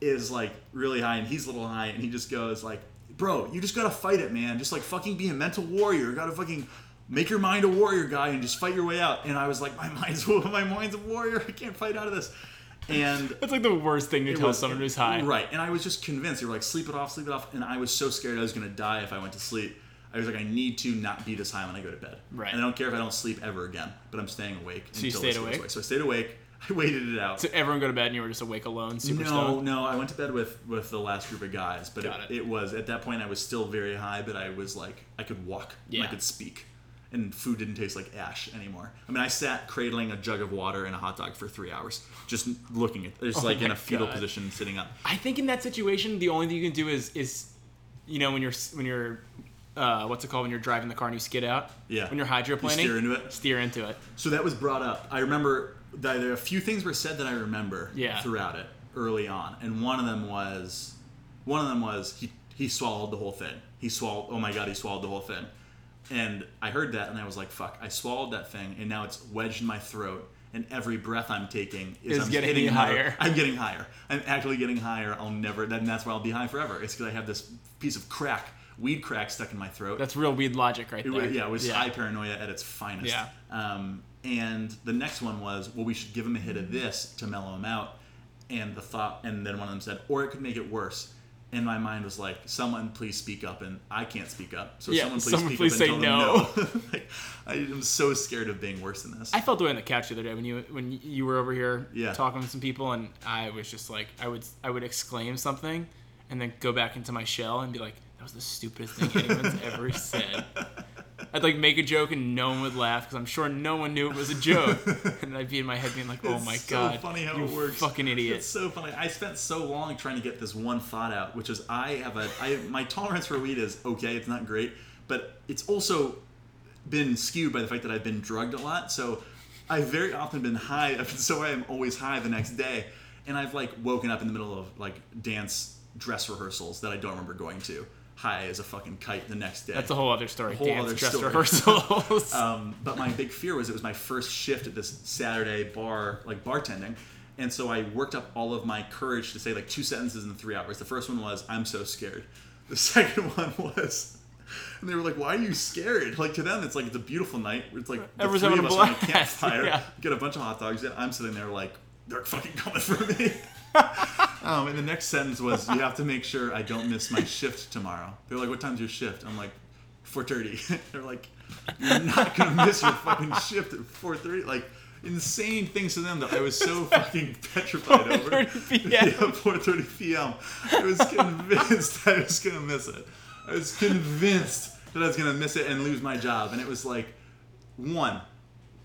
Speaker 1: is like really high and he's a little high and he just goes like bro you just gotta fight it man just like fucking be a mental warrior You gotta fucking make your mind a warrior guy and just fight your way out and i was like my mind's my mind's a warrior i can't fight out of this and
Speaker 2: That's like the worst thing to
Speaker 1: it
Speaker 2: tell
Speaker 1: was-
Speaker 2: someone who's high.
Speaker 1: Right. And I was just convinced. They were like, sleep it off, sleep it off. And I was so scared I was going to die if I went to sleep. I was like, I need to not be this high when I go to bed.
Speaker 2: Right.
Speaker 1: And I don't care if I don't sleep ever again, but I'm staying awake. So
Speaker 2: you stayed awake?
Speaker 1: So I stayed awake. I waited it out.
Speaker 2: So everyone go to bed and you were just awake alone, super
Speaker 1: no,
Speaker 2: stoned.
Speaker 1: no, I went to bed with with the last group of guys, but it,
Speaker 2: Got it.
Speaker 1: it was at that point I was still very high, but I was like I could walk, and
Speaker 2: Yeah.
Speaker 1: I could speak, and food didn't taste like ash anymore. I mean, I sat cradling a jug of water and a hot dog for three hours, just looking at, just like in
Speaker 2: Oh my
Speaker 1: a fetal
Speaker 2: God.
Speaker 1: position, sitting up.
Speaker 2: I think in that situation, the only thing you can do is is, you know, when you're when you're, uh, what's it called when you're driving the car and you skid out?
Speaker 1: Yeah.
Speaker 2: When you're hydroplaning,
Speaker 1: You steer into it?
Speaker 2: Steer into it.
Speaker 1: So that was brought up. I remember that there are a few things were said that I remember
Speaker 2: Yeah.
Speaker 1: throughout it early on, and one of them was, one of them was he he swallowed the whole thing. He swallowed. Oh my god, he swallowed the whole thing. And I heard that, and I was like, "Fuck!" I swallowed that thing, and now it's wedged in my throat. And every breath I'm taking is,
Speaker 2: Is
Speaker 1: I'm
Speaker 2: getting
Speaker 1: hitting
Speaker 2: you
Speaker 1: another-
Speaker 2: higher.
Speaker 1: I'm getting higher. I'm actually getting higher. I'll never. Then that's why I'll be high forever. It's because I have this piece of crack, weed crack, stuck in my throat.
Speaker 2: That's real weed logic right
Speaker 1: It
Speaker 2: there.
Speaker 1: was- yeah, it was high paranoia at its finest.
Speaker 2: Yeah.
Speaker 1: Um, and the next one was, well, we should give him a hit of this to mellow him out. And the thought, and then one of them said, or it could make it worse. And my mind was like, someone please speak up, and I can't speak up. So
Speaker 2: Yeah,
Speaker 1: someone please
Speaker 2: someone
Speaker 1: speak
Speaker 2: please
Speaker 1: up
Speaker 2: say
Speaker 1: and tell
Speaker 2: no.
Speaker 1: them no. like, I am so scared of being worse than this.
Speaker 2: I felt the way on the couch the other day when you when you were over here
Speaker 1: Yeah.
Speaker 2: talking with some people, and I was just like, I would I would exclaim something, and then go back into my shell and be like, that was the stupidest thing anyone's ever said. I'd like make a joke and no one would laugh because I'm sure no one knew it was a joke, and I'd be in my head being like, oh
Speaker 1: It's
Speaker 2: my
Speaker 1: so
Speaker 2: god,
Speaker 1: funny how
Speaker 2: you
Speaker 1: it works.
Speaker 2: fucking
Speaker 1: It's
Speaker 2: idiot.
Speaker 1: so funny. I spent so long trying to get this one thought out, which is I have a I my tolerance for weed is okay. It's not great, but it's also been skewed by the fact that I've been drugged a lot. So I've very often been high. I've been so I am always high the next day, and I've like woken up in the middle of like dance dress rehearsals that I don't remember going to. High as a fucking kite the next day.
Speaker 2: That's a whole other story.
Speaker 1: Whole
Speaker 2: Dance
Speaker 1: other
Speaker 2: dress
Speaker 1: story.
Speaker 2: rehearsals.
Speaker 1: Um, but my big fear was it was my first shift at this Saturday bar, like bartending. And so I worked up all of my courage to say like two sentences in three hours. The first one was, I'm so scared. The second one was, and they were like, why are you scared? Like to them, it's like, it's a beautiful night. It's like, the
Speaker 2: Everyone's
Speaker 1: three
Speaker 2: having
Speaker 1: of us
Speaker 2: a
Speaker 1: are on a
Speaker 2: blast.
Speaker 1: campfire,
Speaker 2: Yeah.
Speaker 1: get a bunch of hot dogs. And I'm sitting there like, they're fucking coming for me. um, and the next sentence was, you have to make sure I don't miss my shift tomorrow. They're like, what time's your shift? I'm like, 4.30. they're like, you're not going to miss your fucking shift at 4.30. Like, insane things to them that I was so fucking petrified over.
Speaker 2: 4:30 p.m..
Speaker 1: Yeah, 4.30 p.m. I was convinced I was going to miss it. I was convinced that I was going to miss it and lose my job. And it was like, one,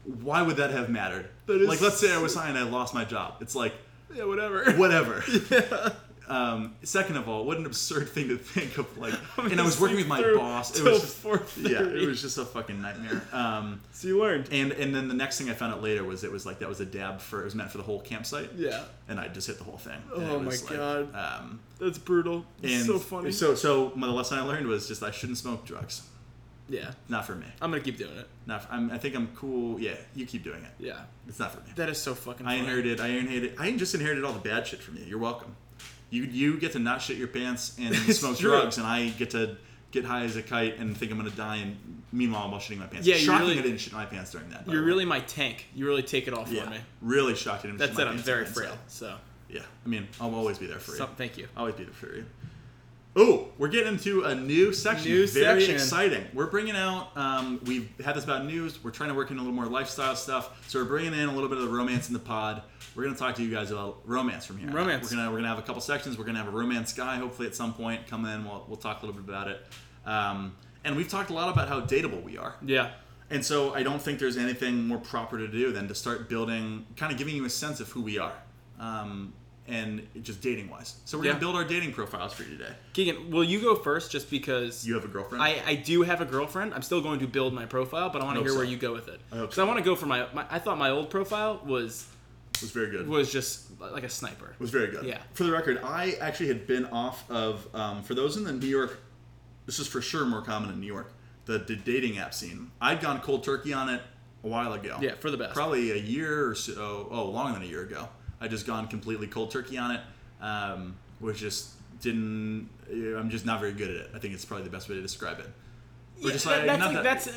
Speaker 1: why would that have mattered?
Speaker 3: That is-
Speaker 1: like, let's say I was high and I lost my job. It's like,
Speaker 3: Yeah, whatever.
Speaker 1: whatever. Um, second of all, what an absurd thing to think of. Like, and I was
Speaker 4: Sleep
Speaker 1: working with my
Speaker 4: through
Speaker 1: boss. It
Speaker 4: till
Speaker 1: was just,
Speaker 4: 4:30.
Speaker 1: yeah, it was just a fucking nightmare. Um,
Speaker 4: So you learned.
Speaker 1: and and then the next thing I found out later was it was like that was a dab for it was meant for the whole campsite.
Speaker 4: Yeah,
Speaker 1: And I just hit the whole thing. And
Speaker 4: Oh
Speaker 1: it
Speaker 4: my
Speaker 1: was like,
Speaker 4: God.
Speaker 1: Um,
Speaker 4: that's brutal.
Speaker 1: and
Speaker 4: It's so funny.
Speaker 1: So so my, the lesson I learned was just I shouldn't smoke drugs.
Speaker 4: yeah,
Speaker 1: Not for me.
Speaker 2: I'm gonna keep doing it.
Speaker 1: Not. For, I'm, I think I'm cool. Yeah, you keep doing it.
Speaker 4: yeah.
Speaker 1: It's not for me.
Speaker 2: That is so fucking.
Speaker 1: I
Speaker 2: funny.
Speaker 1: inherited. I inherited. I just inherited all the bad shit from you. You're welcome. You you get to not shit your pants and smoke
Speaker 4: true.
Speaker 1: drugs, and I get to get high as a kite and think I'm gonna die. And meanwhile, I'm all shitting my pants.
Speaker 2: Yeah, you
Speaker 1: shocking.
Speaker 2: really-
Speaker 1: I didn't shit my pants during that. by
Speaker 2: You're
Speaker 1: the way.
Speaker 2: really my tank. You really take it all for
Speaker 1: yeah,
Speaker 2: me.
Speaker 1: really shocked. I didn't
Speaker 2: That's
Speaker 1: shit my
Speaker 2: it. I'm
Speaker 1: pants
Speaker 2: very
Speaker 1: during that,
Speaker 2: frail.
Speaker 1: so,
Speaker 2: So,
Speaker 1: yeah, I mean, I'll always be there for you.
Speaker 2: some- thank you.
Speaker 1: Always be there for you. Oh, we're getting into a new section.
Speaker 4: New
Speaker 1: Very
Speaker 4: section.
Speaker 1: exciting. We're bringing out. Um, we've had this about news. We're trying to work in a little more lifestyle stuff. So we're bringing in a little bit of the romance in the pod. We're gonna talk to you guys about romance from here. on out.
Speaker 2: Romance.
Speaker 1: We're gonna we're gonna have a couple sections. We're gonna have a romance guy hopefully at some point come in. We'll we'll talk a little bit about it. Um, and we've talked a lot about how dateable we are.
Speaker 2: Yeah.
Speaker 1: And so I don't think there's anything more proper to do than to start building, kind of giving you a sense of who we are, um, and just dating wise. So we're
Speaker 2: Yeah.
Speaker 1: gonna build our dating profiles for you today.
Speaker 2: Keegan, will you go first? Just because
Speaker 1: You have a girlfriend.
Speaker 2: I, I do have a girlfriend. I'm still going to build my profile, but I want to
Speaker 1: Hope
Speaker 2: hear where
Speaker 1: so.
Speaker 2: you go with it.
Speaker 1: hope
Speaker 2: Because I want to go for my, my. I thought my old profile was
Speaker 1: It was very good.
Speaker 2: was just like a sniper.
Speaker 1: was very good.
Speaker 2: Yeah.
Speaker 1: For the record, I actually had been off of um, for those in the New York. This is for sure more common in New York. The, the dating app scene. I'd gone cold turkey on it a while ago.
Speaker 2: Yeah, for the best.
Speaker 1: Probably a year or so. Oh, longer than a year ago. I just gone completely cold turkey on it, um, which just didn't. I'm just not very good at it. I think it's probably the best way to describe it. We're
Speaker 2: Yeah,
Speaker 1: just like-
Speaker 2: that- that's
Speaker 1: not
Speaker 2: like,
Speaker 1: that-
Speaker 2: that's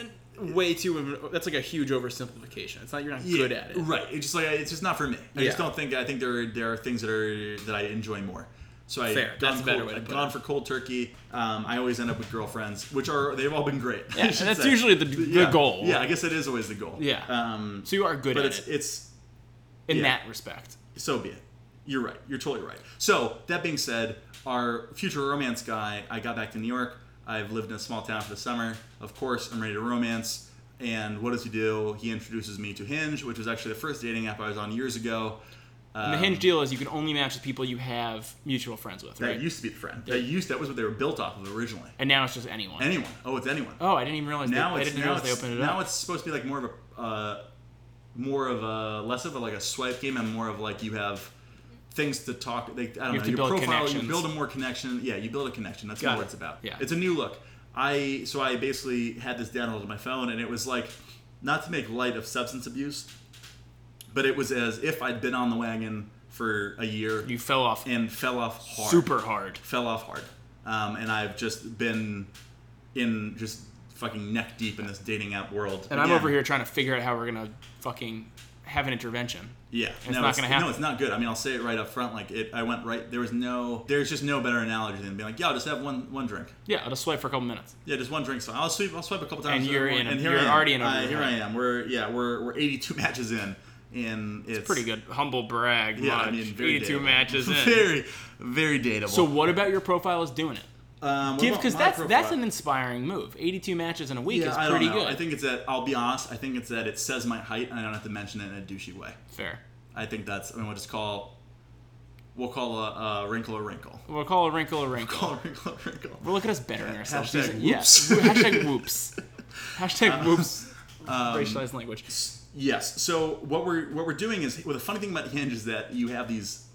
Speaker 2: an, way too. That's like a huge oversimplification. It's not you're not good at it.
Speaker 1: Right. It's just like it's just not for me. I just
Speaker 2: Yeah.
Speaker 1: don't think I think there are, there are things that are that I enjoy more. So I
Speaker 2: Fair. That's a better way to
Speaker 1: I've
Speaker 2: put
Speaker 1: gone
Speaker 2: it.
Speaker 1: for cold turkey. Um, I always end up with girlfriends, which are they've all been great. I
Speaker 2: Yeah,
Speaker 1: should
Speaker 2: that's usually the- the goal.
Speaker 1: Yeah, I guess it is always the goal.
Speaker 2: Yeah.
Speaker 1: Um,
Speaker 2: So you are good
Speaker 1: but
Speaker 2: at
Speaker 1: it's
Speaker 2: it
Speaker 1: it's
Speaker 2: in
Speaker 1: yeah.
Speaker 2: that respect.
Speaker 1: so be it. You're right. You're totally right. So that being said, our future romance guy. I got back to New York. I've lived in a small town for the summer. Of course, I'm ready to romance. And what does he do? He introduces me to Hinge, which was actually the first dating app I was on years ago. Uh,
Speaker 2: And the
Speaker 1: Um,
Speaker 2: hinge deal is you can only match with people you have mutual friends with,
Speaker 1: That
Speaker 2: right?
Speaker 1: used to be the friend. That used that was what they were built off of originally.
Speaker 2: and now it's just anyone.
Speaker 1: Anyone. Oh, it's anyone.
Speaker 2: oh, I didn't even realize.
Speaker 1: now
Speaker 2: they, I
Speaker 1: it's
Speaker 2: didn't
Speaker 1: now
Speaker 2: realize they
Speaker 1: it's,
Speaker 2: opened it
Speaker 1: now
Speaker 2: up.
Speaker 1: it's supposed to be like more of a uh, more of a less of a, like a swipe game and more of like you have things to talk. Like, I don't know.
Speaker 2: You have to
Speaker 1: your
Speaker 2: build
Speaker 1: profile. You
Speaker 2: connections.
Speaker 1: build a more connection. Yeah, you build a connection. That's
Speaker 2: Got
Speaker 1: more what
Speaker 2: it.
Speaker 1: it's about.
Speaker 2: Yeah.
Speaker 1: It's a new look. I so I basically had this downloaded on my phone and it was like not to make light of substance abuse, but it was as if I'd been on the wagon for a year
Speaker 2: You fell off
Speaker 1: and fell off hard
Speaker 2: super hard.
Speaker 1: fell off hard, um, and I've just been in just fucking neck deep in this dating app world.
Speaker 2: And I'm
Speaker 1: Again,
Speaker 2: over here trying to figure out how we're gonna fucking have an intervention.
Speaker 1: Yeah,
Speaker 2: it's not gonna happen.
Speaker 1: No, it's not good. I mean, I'll say it right up front. Like it, I went right. There was no. There's just no better analogy than being like, "Yeah, I'll just have one one drink.
Speaker 2: Yeah, I'll just swipe for a couple minutes.
Speaker 1: Yeah, just one drink. So I'll swipe. I'll swipe a couple times.
Speaker 2: And you're
Speaker 1: everyone-
Speaker 2: in.
Speaker 1: And here
Speaker 2: You're
Speaker 1: I am.
Speaker 2: already in over
Speaker 1: Uh,
Speaker 2: your
Speaker 1: here I
Speaker 2: head.
Speaker 1: am. We're yeah. We're we're 82 matches in, and it's,
Speaker 2: Pretty good. Humble brag.
Speaker 1: Yeah,
Speaker 2: much.
Speaker 1: I mean, very
Speaker 2: 82
Speaker 1: dateable.
Speaker 2: matches in.
Speaker 1: very, very dateable.
Speaker 2: So what about your profile is doing it?
Speaker 1: um, what
Speaker 2: Give
Speaker 1: about
Speaker 2: because
Speaker 1: my
Speaker 2: that's that's
Speaker 1: profile?
Speaker 2: an inspiring move. 82 matches in a week
Speaker 1: Yeah,
Speaker 2: is
Speaker 1: I don't
Speaker 2: pretty
Speaker 1: know.
Speaker 2: good.
Speaker 1: I think it's that. I'll be honest. I think it's that it says my height, and I don't have to mention it in a douchey way.
Speaker 2: Fair.
Speaker 1: I think that's. I mean, we'll just call. We'll call a, a wrinkle a wrinkle.
Speaker 2: We'll call a wrinkle a wrinkle.
Speaker 1: Call a wrinkle a wrinkle.
Speaker 2: But look at us bettering ourselves.
Speaker 1: Hashtag
Speaker 2: These- yeah.
Speaker 1: whoops.
Speaker 2: Hashtag whoops. Hashtag whoops.
Speaker 1: Um,
Speaker 2: Racialized language.
Speaker 1: Yes. So what we're what we're doing is well, the funny thing about Hinge is that you have these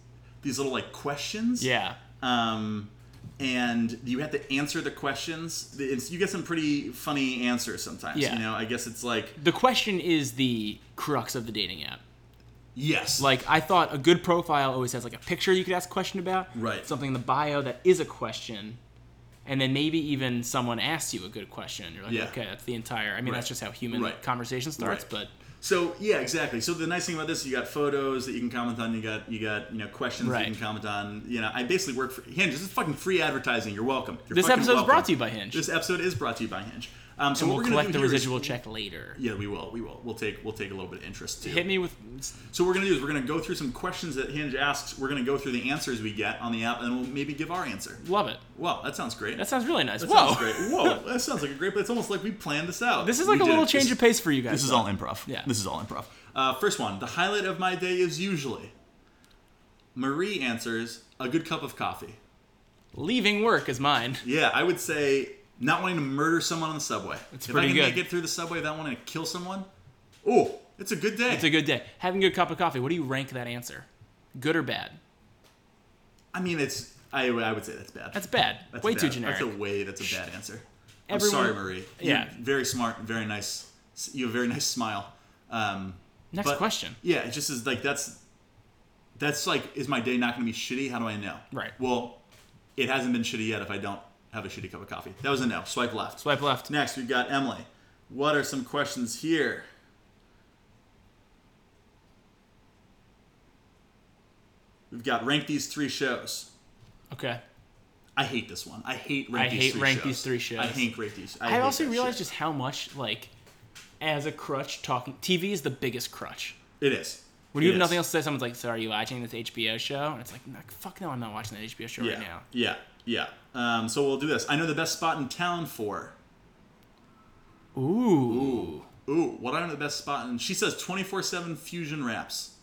Speaker 1: these little like questions.
Speaker 2: Yeah.
Speaker 1: Um, and you have to answer the questions. The- It's, you get some pretty funny answers sometimes.
Speaker 2: Yeah.
Speaker 1: You know, I guess it's like
Speaker 2: The question is the crux of the dating app.
Speaker 1: yes,
Speaker 2: Like I thought, a good profile always has like a picture you could ask a question about.
Speaker 1: Right.
Speaker 2: Something in the bio that is a question, and then maybe even someone asks you a good question. You're like,
Speaker 1: Yeah.
Speaker 2: okay, that's the entire. I mean, that's
Speaker 1: Right.
Speaker 2: just how human
Speaker 1: Right.
Speaker 2: conversation starts.
Speaker 1: Right.
Speaker 2: But
Speaker 1: So yeah, exactly. So the nice thing about this, you got photos that you can comment on. You got you got you know questions
Speaker 2: Right.
Speaker 1: that you can comment on. You know, I basically work for Hinge. This is fucking free advertising. You're welcome. You're
Speaker 2: this
Speaker 1: fucking
Speaker 2: episode is
Speaker 1: welcome.
Speaker 2: brought to you by Hinge.
Speaker 1: This episode is brought to you by Hinge. Um, so
Speaker 2: and
Speaker 1: what
Speaker 2: we'll
Speaker 1: we're gonna
Speaker 2: collect
Speaker 1: do
Speaker 2: the
Speaker 1: here is-
Speaker 2: residual check later.
Speaker 1: yeah, we will. We will. We'll take we'll take a little bit of interest too.
Speaker 2: Hit me with
Speaker 1: So what we're gonna do is we're gonna go through some questions that Hinge asks. We're gonna go through the answers we get on the app, and we'll maybe give our answer.
Speaker 2: love it.
Speaker 1: Wow, that sounds great.
Speaker 2: That sounds really nice.
Speaker 1: That
Speaker 2: Whoa.
Speaker 1: sounds great. Whoa, that sounds like a great. But it's almost like we planned this out.
Speaker 2: This is like
Speaker 1: We
Speaker 2: a
Speaker 1: did
Speaker 2: little
Speaker 1: it.
Speaker 2: change
Speaker 1: This-
Speaker 2: of pace for you guys.
Speaker 1: This is
Speaker 2: though.
Speaker 1: all improv.
Speaker 2: Yeah.
Speaker 1: This is all improv. Uh, first one. The highlight of my day is usually. Marie answers a good cup of coffee.
Speaker 2: Leaving work is mine.
Speaker 1: Yeah, I would say not wanting to murder someone on the subway.
Speaker 2: That's
Speaker 1: if
Speaker 2: pretty
Speaker 1: I can
Speaker 2: good.
Speaker 1: make it through the subway without wanting to kill someone, oh, it's a good day.
Speaker 2: It's a good day. Having a good cup of coffee. What do you rank that answer? Good or bad?
Speaker 1: I mean, it's I, I would say that's bad.
Speaker 2: That's bad.
Speaker 1: That's
Speaker 2: Way
Speaker 1: bad.
Speaker 2: too generic.
Speaker 1: That's a way. That's a bad answer.
Speaker 2: Everyone-
Speaker 1: I'm sorry, Marie.
Speaker 2: Yeah.
Speaker 1: You're very smart. Very nice. You have a very nice smile. Um,
Speaker 2: Next
Speaker 1: but-
Speaker 2: question.
Speaker 1: yeah, it just is like that's that's like is my day not going to be shitty? How do I know?
Speaker 2: Right.
Speaker 1: Well, it hasn't been shitty yet. If I don't have a shitty cup of coffee, that was a no. Swipe left.
Speaker 2: Swipe left.
Speaker 1: Next, we've got Emily. What are some questions here? We've got rank these three shows.
Speaker 2: Okay.
Speaker 1: I hate this one. I hate rank
Speaker 2: I
Speaker 1: these
Speaker 2: hate
Speaker 1: three
Speaker 2: rank
Speaker 1: shows.
Speaker 2: these three shows.
Speaker 1: I hate rank these. I,
Speaker 2: I,
Speaker 1: hate
Speaker 2: also
Speaker 1: that
Speaker 2: realized
Speaker 1: shit.
Speaker 2: just how much, like, as a crutch, talking TV is the biggest crutch.
Speaker 1: it is.
Speaker 2: When you
Speaker 1: It
Speaker 2: have
Speaker 1: is.
Speaker 2: nothing else to say, someone's like, "So are you watching this HBO show?" And it's like, "No, "Fuck no, I'm not watching that HBO show
Speaker 1: yeah.
Speaker 2: right now."
Speaker 1: Yeah. Yeah. Um, so we'll do this. I know the best spot in town for.
Speaker 2: Ooh,
Speaker 1: Ooh. Ooh. What I know the best spot in. She says 24 7 fusion wraps.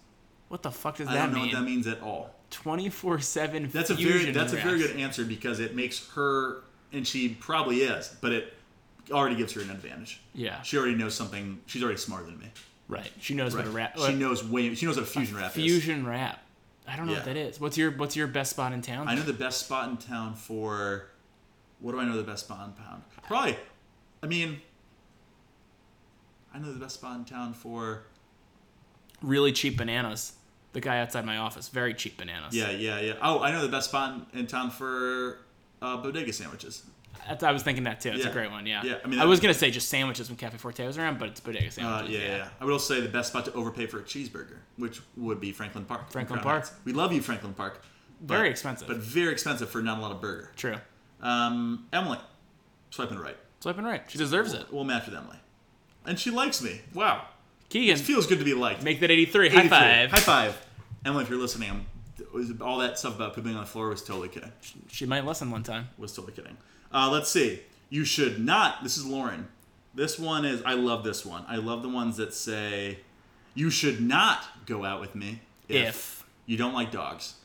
Speaker 2: what the fuck does
Speaker 1: I
Speaker 2: that
Speaker 1: don't know what that
Speaker 2: mean?
Speaker 1: means at all.
Speaker 2: Twenty four seven.
Speaker 1: That's a very that's a very good answer because it makes her and she probably is, but it already gives her an advantage.
Speaker 2: Yeah.
Speaker 1: She already knows something. She's already smarter than me.
Speaker 2: Right. She knows what a rap.
Speaker 1: She knows way. She knows what a fusion rap is.
Speaker 2: fusion rap. I don't know what
Speaker 1: Yeah.
Speaker 2: that is. What's your What's your best spot in town?
Speaker 1: I know the best spot in town for. What do I know the best spot in town? Probably. I mean. I know the best spot in town for.
Speaker 2: really cheap bananas. The guy outside my office, very cheap bananas.
Speaker 1: Yeah, yeah, yeah. Oh, I know the best spot in, in town for uh, bodega sandwiches.
Speaker 2: That's, I was thinking that too. It's
Speaker 1: Yeah.
Speaker 2: a great one. Yeah.
Speaker 1: Yeah, I mean,
Speaker 2: I
Speaker 1: that-
Speaker 2: was gonna say just sandwiches when Cafe Forte was around, but it's bodega
Speaker 1: Uh,
Speaker 2: sandwiches.
Speaker 1: yeah, yeah, yeah. I would also say the best spot to overpay for a cheeseburger, which would be Franklin Park.
Speaker 2: Franklin
Speaker 1: Crown
Speaker 2: Park.
Speaker 1: Heights. We love you, Franklin Park. but-
Speaker 2: Very expensive.
Speaker 1: But very expensive for not a lot of burger.
Speaker 2: True.
Speaker 1: Um, Emily, swiping right.
Speaker 2: Swiping right. She deserves it.
Speaker 1: We'll match with Emily. And she likes me. Wow.
Speaker 2: Keegan,
Speaker 1: Feels good to be liked.
Speaker 2: make that 83.
Speaker 1: 83.
Speaker 2: High
Speaker 1: High
Speaker 2: five.
Speaker 1: five. Emily, if you're listening, I'm, it was- all that stuff about pooping on the floor was totally kidding.
Speaker 2: She might listen one time.
Speaker 1: Was totally kidding. Uh, let's see. You should not. This is Lauren. This one is. I love this one. I love the ones that say, "You should not go out with me
Speaker 2: If.
Speaker 1: you don't like dogs."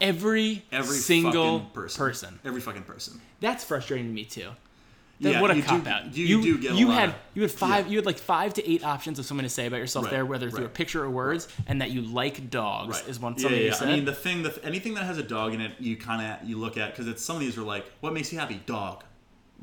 Speaker 2: Every,
Speaker 1: Every
Speaker 2: single
Speaker 1: fucking
Speaker 2: person.
Speaker 1: person. Every fucking person.
Speaker 2: That's frustrating to me too. That-
Speaker 1: Yeah,
Speaker 2: what a
Speaker 1: you do-
Speaker 2: cop out.
Speaker 1: you do get a lot
Speaker 2: had
Speaker 1: of-
Speaker 2: you had five you had like five to eight options of something to say about yourself
Speaker 1: Right,
Speaker 2: there, whether through a
Speaker 1: right,
Speaker 2: picture or words, and that you like dogs
Speaker 1: Right.
Speaker 2: is one
Speaker 1: Yeah,
Speaker 2: something
Speaker 1: yeah,
Speaker 2: you
Speaker 1: yeah.
Speaker 2: said.
Speaker 1: I mean, the thing, the, anything that has a dog in it, you kind of you look at because it's some of these are like, "What makes you happy?" Dog.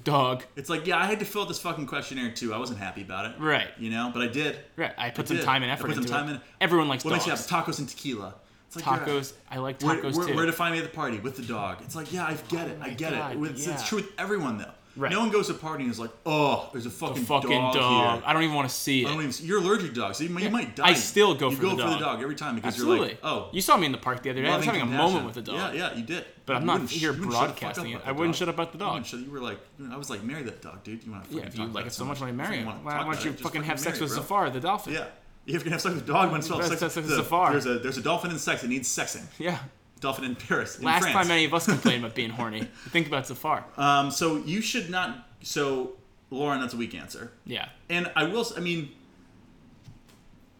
Speaker 2: Dog.
Speaker 1: It's like, yeah, I had to fill out this fucking questionnaire too. I wasn't happy about it.
Speaker 2: Right.
Speaker 1: You know, but I did.
Speaker 2: Right. I put
Speaker 1: I
Speaker 2: some
Speaker 1: did.
Speaker 2: time and
Speaker 1: I
Speaker 2: effort
Speaker 1: put some
Speaker 2: into
Speaker 1: time
Speaker 2: it.
Speaker 1: in-
Speaker 2: Everyone likes
Speaker 1: What
Speaker 2: dogs.
Speaker 1: makes you happy? Tacos and tequila. It's like, yeah.
Speaker 2: Tacos. I like
Speaker 1: Where,
Speaker 2: tacos
Speaker 1: where,
Speaker 2: too.
Speaker 1: where to find me at the party with the dog? It's like, yeah, I get it, I get
Speaker 2: God,
Speaker 1: it. With- It's,
Speaker 2: yeah.
Speaker 1: true with everyone though.
Speaker 2: Right.
Speaker 1: No one goes to a party and is like, oh, there's a fucking,
Speaker 2: fucking
Speaker 1: dog,
Speaker 2: dog.
Speaker 1: here.
Speaker 2: I don't even want to see it.
Speaker 1: I don't even. You're allergic to dogs. So you, might- you might die.
Speaker 2: I still go
Speaker 1: you
Speaker 2: for
Speaker 1: go
Speaker 2: the
Speaker 1: for
Speaker 2: dog.
Speaker 1: the dog every time because
Speaker 2: Absolutely.
Speaker 1: you're like, oh,
Speaker 2: You saw me in the park the other day. I was having
Speaker 1: loving
Speaker 2: a
Speaker 1: compassion.
Speaker 2: moment with a dog.
Speaker 1: Yeah, yeah, you did.
Speaker 2: But I'm
Speaker 1: You
Speaker 2: not
Speaker 1: wouldn't sh-
Speaker 2: here
Speaker 1: you wouldn't shut the fuck
Speaker 2: broadcasting
Speaker 1: up
Speaker 2: it.
Speaker 1: about
Speaker 2: I wouldn't
Speaker 1: dog.
Speaker 2: shut up about the
Speaker 1: You wouldn't
Speaker 2: dog.
Speaker 1: shut- You were like, you know, I was like, marry that dog, dude. You want to
Speaker 2: Yeah,
Speaker 1: fucking
Speaker 2: if
Speaker 1: talk
Speaker 2: you like
Speaker 1: about
Speaker 2: it so much, why don't you
Speaker 1: If
Speaker 2: marry it?
Speaker 1: wanna
Speaker 2: Why,
Speaker 1: talk
Speaker 2: why
Speaker 1: about
Speaker 2: don't you
Speaker 1: it, just
Speaker 2: fucking have sex
Speaker 1: marry
Speaker 2: with
Speaker 1: it, bro.
Speaker 2: Zafar, the dolphin?
Speaker 1: Yeah. If you can have sex with a dog, when it's all
Speaker 2: That's-
Speaker 1: sex,
Speaker 2: that's like
Speaker 1: there's a-
Speaker 2: Zafar.
Speaker 1: There's a there's a dolphin in sex that needs sexing.
Speaker 2: Yeah.
Speaker 1: Dolphin in Paris. in
Speaker 2: Last
Speaker 1: France.
Speaker 2: time any of us complained about being horny, think about Zafar.
Speaker 1: Um, so you should not. So Lauren, that's a weak answer.
Speaker 2: yeah.
Speaker 1: And I will. s- I mean,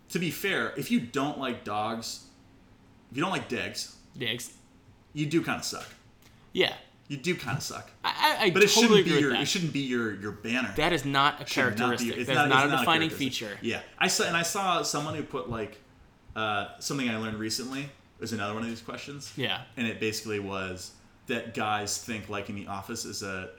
Speaker 1: to be fair, if you don't like dogs, if you don't like digs,
Speaker 2: Dicks.
Speaker 1: you do kind of suck.
Speaker 2: Yeah.
Speaker 1: You do kind of suck.
Speaker 2: I, I, I
Speaker 1: But it
Speaker 2: totally
Speaker 1: shouldn't be
Speaker 2: agree
Speaker 1: your.
Speaker 2: with
Speaker 1: It
Speaker 2: that.
Speaker 1: shouldn't be your your banner.
Speaker 2: That is not a
Speaker 1: Should not be-
Speaker 2: characteristic.
Speaker 1: it's
Speaker 2: that is not, a defining
Speaker 1: characteristic.
Speaker 2: feature.
Speaker 1: Yeah, I saw and I saw someone who put like uh, something I learned recently. It was another one of these questions.
Speaker 2: Yeah.
Speaker 1: and it basically was that guys think liking The Office is a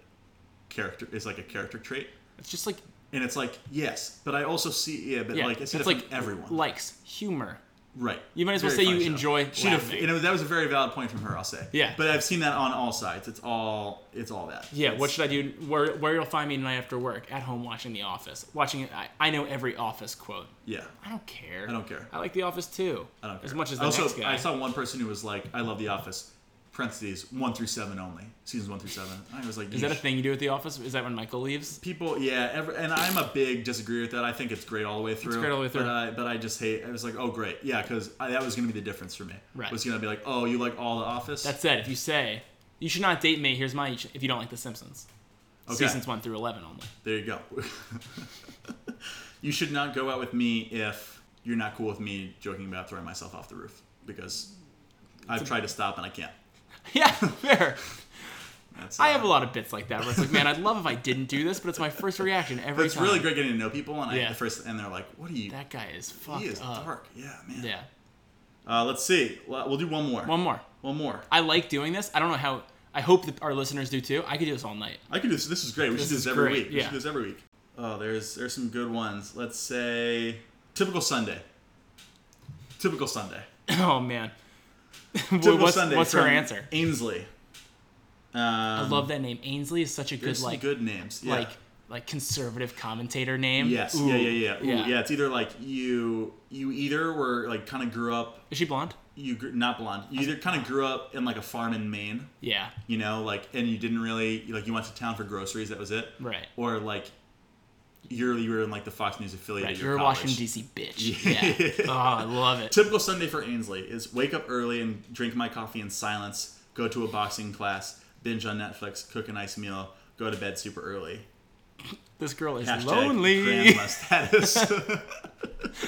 Speaker 1: character is like a character trait,
Speaker 2: It's just like
Speaker 1: and it's like yes, but I also see yeah, but
Speaker 2: yeah,
Speaker 1: like I
Speaker 2: it's
Speaker 1: see it
Speaker 2: like
Speaker 1: from everyone,
Speaker 2: likes humor.
Speaker 1: right?
Speaker 2: You might as well
Speaker 1: Very
Speaker 2: say
Speaker 1: funny
Speaker 2: you
Speaker 1: show.
Speaker 2: enjoy
Speaker 1: She'd have-
Speaker 2: laughing.
Speaker 1: you know, that was a very valid point from her. I'll say.
Speaker 2: Yeah.
Speaker 1: but I've seen that on all sides. It's all it's all that.
Speaker 2: Yeah,
Speaker 1: It's-
Speaker 2: what should I do? Where where you'll find me tonight after work? At home watching The Office. Watching it. I, I know every Office quote.
Speaker 1: Yeah,
Speaker 2: I don't care.
Speaker 1: I don't care.
Speaker 2: I like The Office too.
Speaker 1: I don't care.
Speaker 2: As much as the
Speaker 1: also,
Speaker 2: next guy.
Speaker 1: I saw one person who was like, "I love The Office." Parentheses one through seven only. Seasons one through seven. I was like,
Speaker 2: Is
Speaker 1: you
Speaker 2: that a
Speaker 1: sh-
Speaker 2: thing you do at The Office? Is that when Michael leaves?
Speaker 1: People, yeah, every, and I'm a big disagreer with that. I think it's great all the way through.
Speaker 2: great all the way through.
Speaker 1: But I, but I just hate. I was like, oh great, yeah, because that was gonna be the difference for me.
Speaker 2: Right.
Speaker 1: Was gonna be like, oh, you like all the Office?
Speaker 2: That said, if you say, you should not date me, here's mine, you should- if you don't like The Simpsons.
Speaker 1: okay.
Speaker 2: Seasons 1 through 11 only.
Speaker 1: There you go. you should not go out with me if you're not cool with me joking about throwing myself off the roof because I've tried to stop and I can't.
Speaker 2: Yeah, fair.
Speaker 1: That's,
Speaker 2: I
Speaker 1: uh,
Speaker 2: have a lot of bits like that where it's like, man, I'd love if I didn't do this, but it's my first reaction every
Speaker 1: It's
Speaker 2: time.
Speaker 1: really great getting to know people, and I
Speaker 2: Yeah.
Speaker 1: at first and they're like, "What are you?
Speaker 2: That guy is fucked
Speaker 1: he is
Speaker 2: up.
Speaker 1: dark." Yeah, man.
Speaker 2: Yeah.
Speaker 1: Uh, let's see. Well, We'll do one more.
Speaker 2: One more.
Speaker 1: One more.
Speaker 2: I like doing this. I don't know how. I hope that our listeners do too. I could do this all night.
Speaker 1: I could do this. This is great. We should do
Speaker 2: is
Speaker 1: this every
Speaker 2: great,
Speaker 1: week. We
Speaker 2: yeah.
Speaker 1: should do this every week. Oh, there's there's some good ones. Let's say typical Sunday. Typical Sunday.
Speaker 2: Oh man.
Speaker 1: Typical
Speaker 2: what's
Speaker 1: Sunday.
Speaker 2: what's her
Speaker 1: from
Speaker 2: answer?
Speaker 1: Ainsley. Um,
Speaker 2: I love that name. Ainsley is such a good
Speaker 1: There's some
Speaker 2: like
Speaker 1: good names. Yeah.
Speaker 2: like like conservative commentator name.
Speaker 1: yes.
Speaker 2: Ooh.
Speaker 1: Yeah. Yeah. Yeah. Ooh,
Speaker 2: Yeah.
Speaker 1: yeah. It's either like you you either were like kind of grew up
Speaker 2: Is she blonde?
Speaker 1: you gr- not blonde you either kind of grew up in like a farm in Maine
Speaker 2: Yeah.
Speaker 1: you know like and you didn't really like you went to town for groceries that was it
Speaker 2: Right.
Speaker 1: or like you're you were in like the Fox News affiliate
Speaker 2: Right.
Speaker 1: at
Speaker 2: You're
Speaker 1: your
Speaker 2: a
Speaker 1: college.
Speaker 2: Washington DC bitch. Yeah. oh, I love it.
Speaker 1: typical Sunday for Ainsley is wake up early and drink my coffee in silence go to a boxing class binge on Netflix cook a nice meal go to bed super early
Speaker 2: This girl is
Speaker 1: Hashtag
Speaker 2: lonely.
Speaker 1: grandma status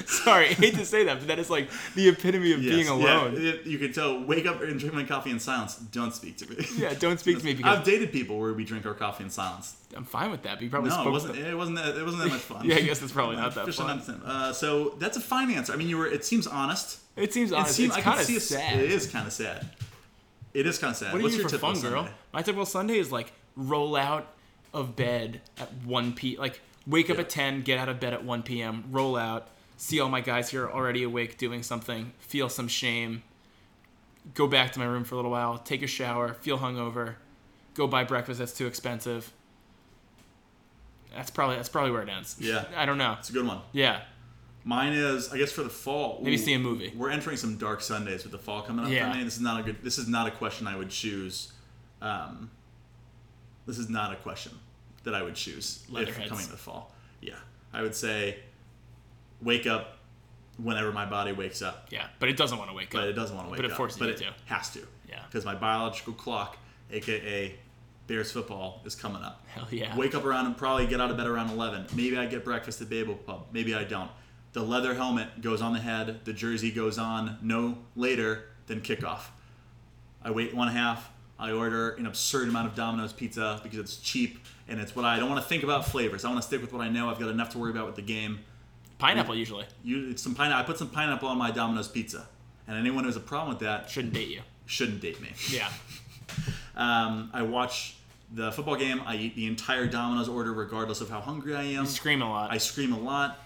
Speaker 2: Sorry, I hate to say that, but that is like the epitome of
Speaker 1: Yes,
Speaker 2: being
Speaker 1: yeah,
Speaker 2: alone.
Speaker 1: it- you can tell wake up and drink my coffee in silence don't speak to me
Speaker 2: Yeah, don't speak to me because
Speaker 1: I've dated people where we drink our coffee in silence
Speaker 2: I'm fine with that. But you probably
Speaker 1: No,
Speaker 2: spoke
Speaker 1: it
Speaker 2: to
Speaker 1: wasn't.
Speaker 2: them.
Speaker 1: It wasn't. That, it wasn't that much fun.
Speaker 2: Yeah, I guess that's probably
Speaker 1: Uh,
Speaker 2: not that
Speaker 1: officially
Speaker 2: fun.
Speaker 1: not the same. Uh, so that's a fine answer. I mean, you were. It seems honest.
Speaker 2: It seems
Speaker 1: It
Speaker 2: honest.
Speaker 1: seems. I
Speaker 2: it's
Speaker 1: can
Speaker 2: kind of
Speaker 1: see a-
Speaker 2: sad.
Speaker 1: It is kind of sad. It is kind of sad.
Speaker 2: What do
Speaker 1: What's
Speaker 2: you
Speaker 1: your
Speaker 2: do for
Speaker 1: typical
Speaker 2: fun, girl?
Speaker 1: Sunday?
Speaker 2: My typical Sunday is like roll out of bed at 1 p. Like wake up
Speaker 1: Yeah.
Speaker 2: at 10, get out of bed at 1 p.m., roll out, see all my guys here already awake doing something, feel some shame, go back to my room for a little while, take a shower, feel hungover, go buy breakfast that's too expensive. That's probably that's probably where it ends.
Speaker 1: Yeah.
Speaker 2: I don't know.
Speaker 1: It's a good one.
Speaker 2: Yeah.
Speaker 1: Mine is, I guess, for the fall.
Speaker 2: Maybe
Speaker 1: ooh,
Speaker 2: see a movie.
Speaker 1: We're entering some dark Sundays with the fall coming up.
Speaker 2: Yeah.
Speaker 1: For me. This is not a good. This is not a question I would choose. Um, this is not a question that I would choose if
Speaker 2: Leatherheads.
Speaker 1: coming to the fall. Yeah, I would say, wake up whenever my body wakes up.
Speaker 2: Yeah, but it doesn't want to wake
Speaker 1: but
Speaker 2: up.
Speaker 1: it doesn't want to wake
Speaker 2: But it
Speaker 1: up.
Speaker 2: forces
Speaker 1: but
Speaker 2: you
Speaker 1: it
Speaker 2: to.
Speaker 1: has to.
Speaker 2: Yeah.
Speaker 1: Because my biological clock, aka Bears football, is coming up.
Speaker 2: Hell yeah.
Speaker 1: Wake up around and probably get out of bed around eleven. Maybe I get breakfast at Babel Pub. Maybe I don't. The leather helmet goes on the head. The jersey goes on no later than kickoff. I wait one half. I order an absurd amount of Domino's pizza because it's cheap and it's what I, I don't want to think about flavors. I want to stick with what I know. I've got enough to worry about with the game.
Speaker 2: Pineapple usually
Speaker 1: You, it's some pine. I put some pineapple on my Domino's pizza, and anyone who has a problem with that
Speaker 2: shouldn't date you.
Speaker 1: shouldn't date me.
Speaker 2: Yeah.
Speaker 1: Um, I watch the football game. I eat the entire Domino's order, regardless of how hungry I am.
Speaker 2: Scream a lot.
Speaker 1: I scream a lot.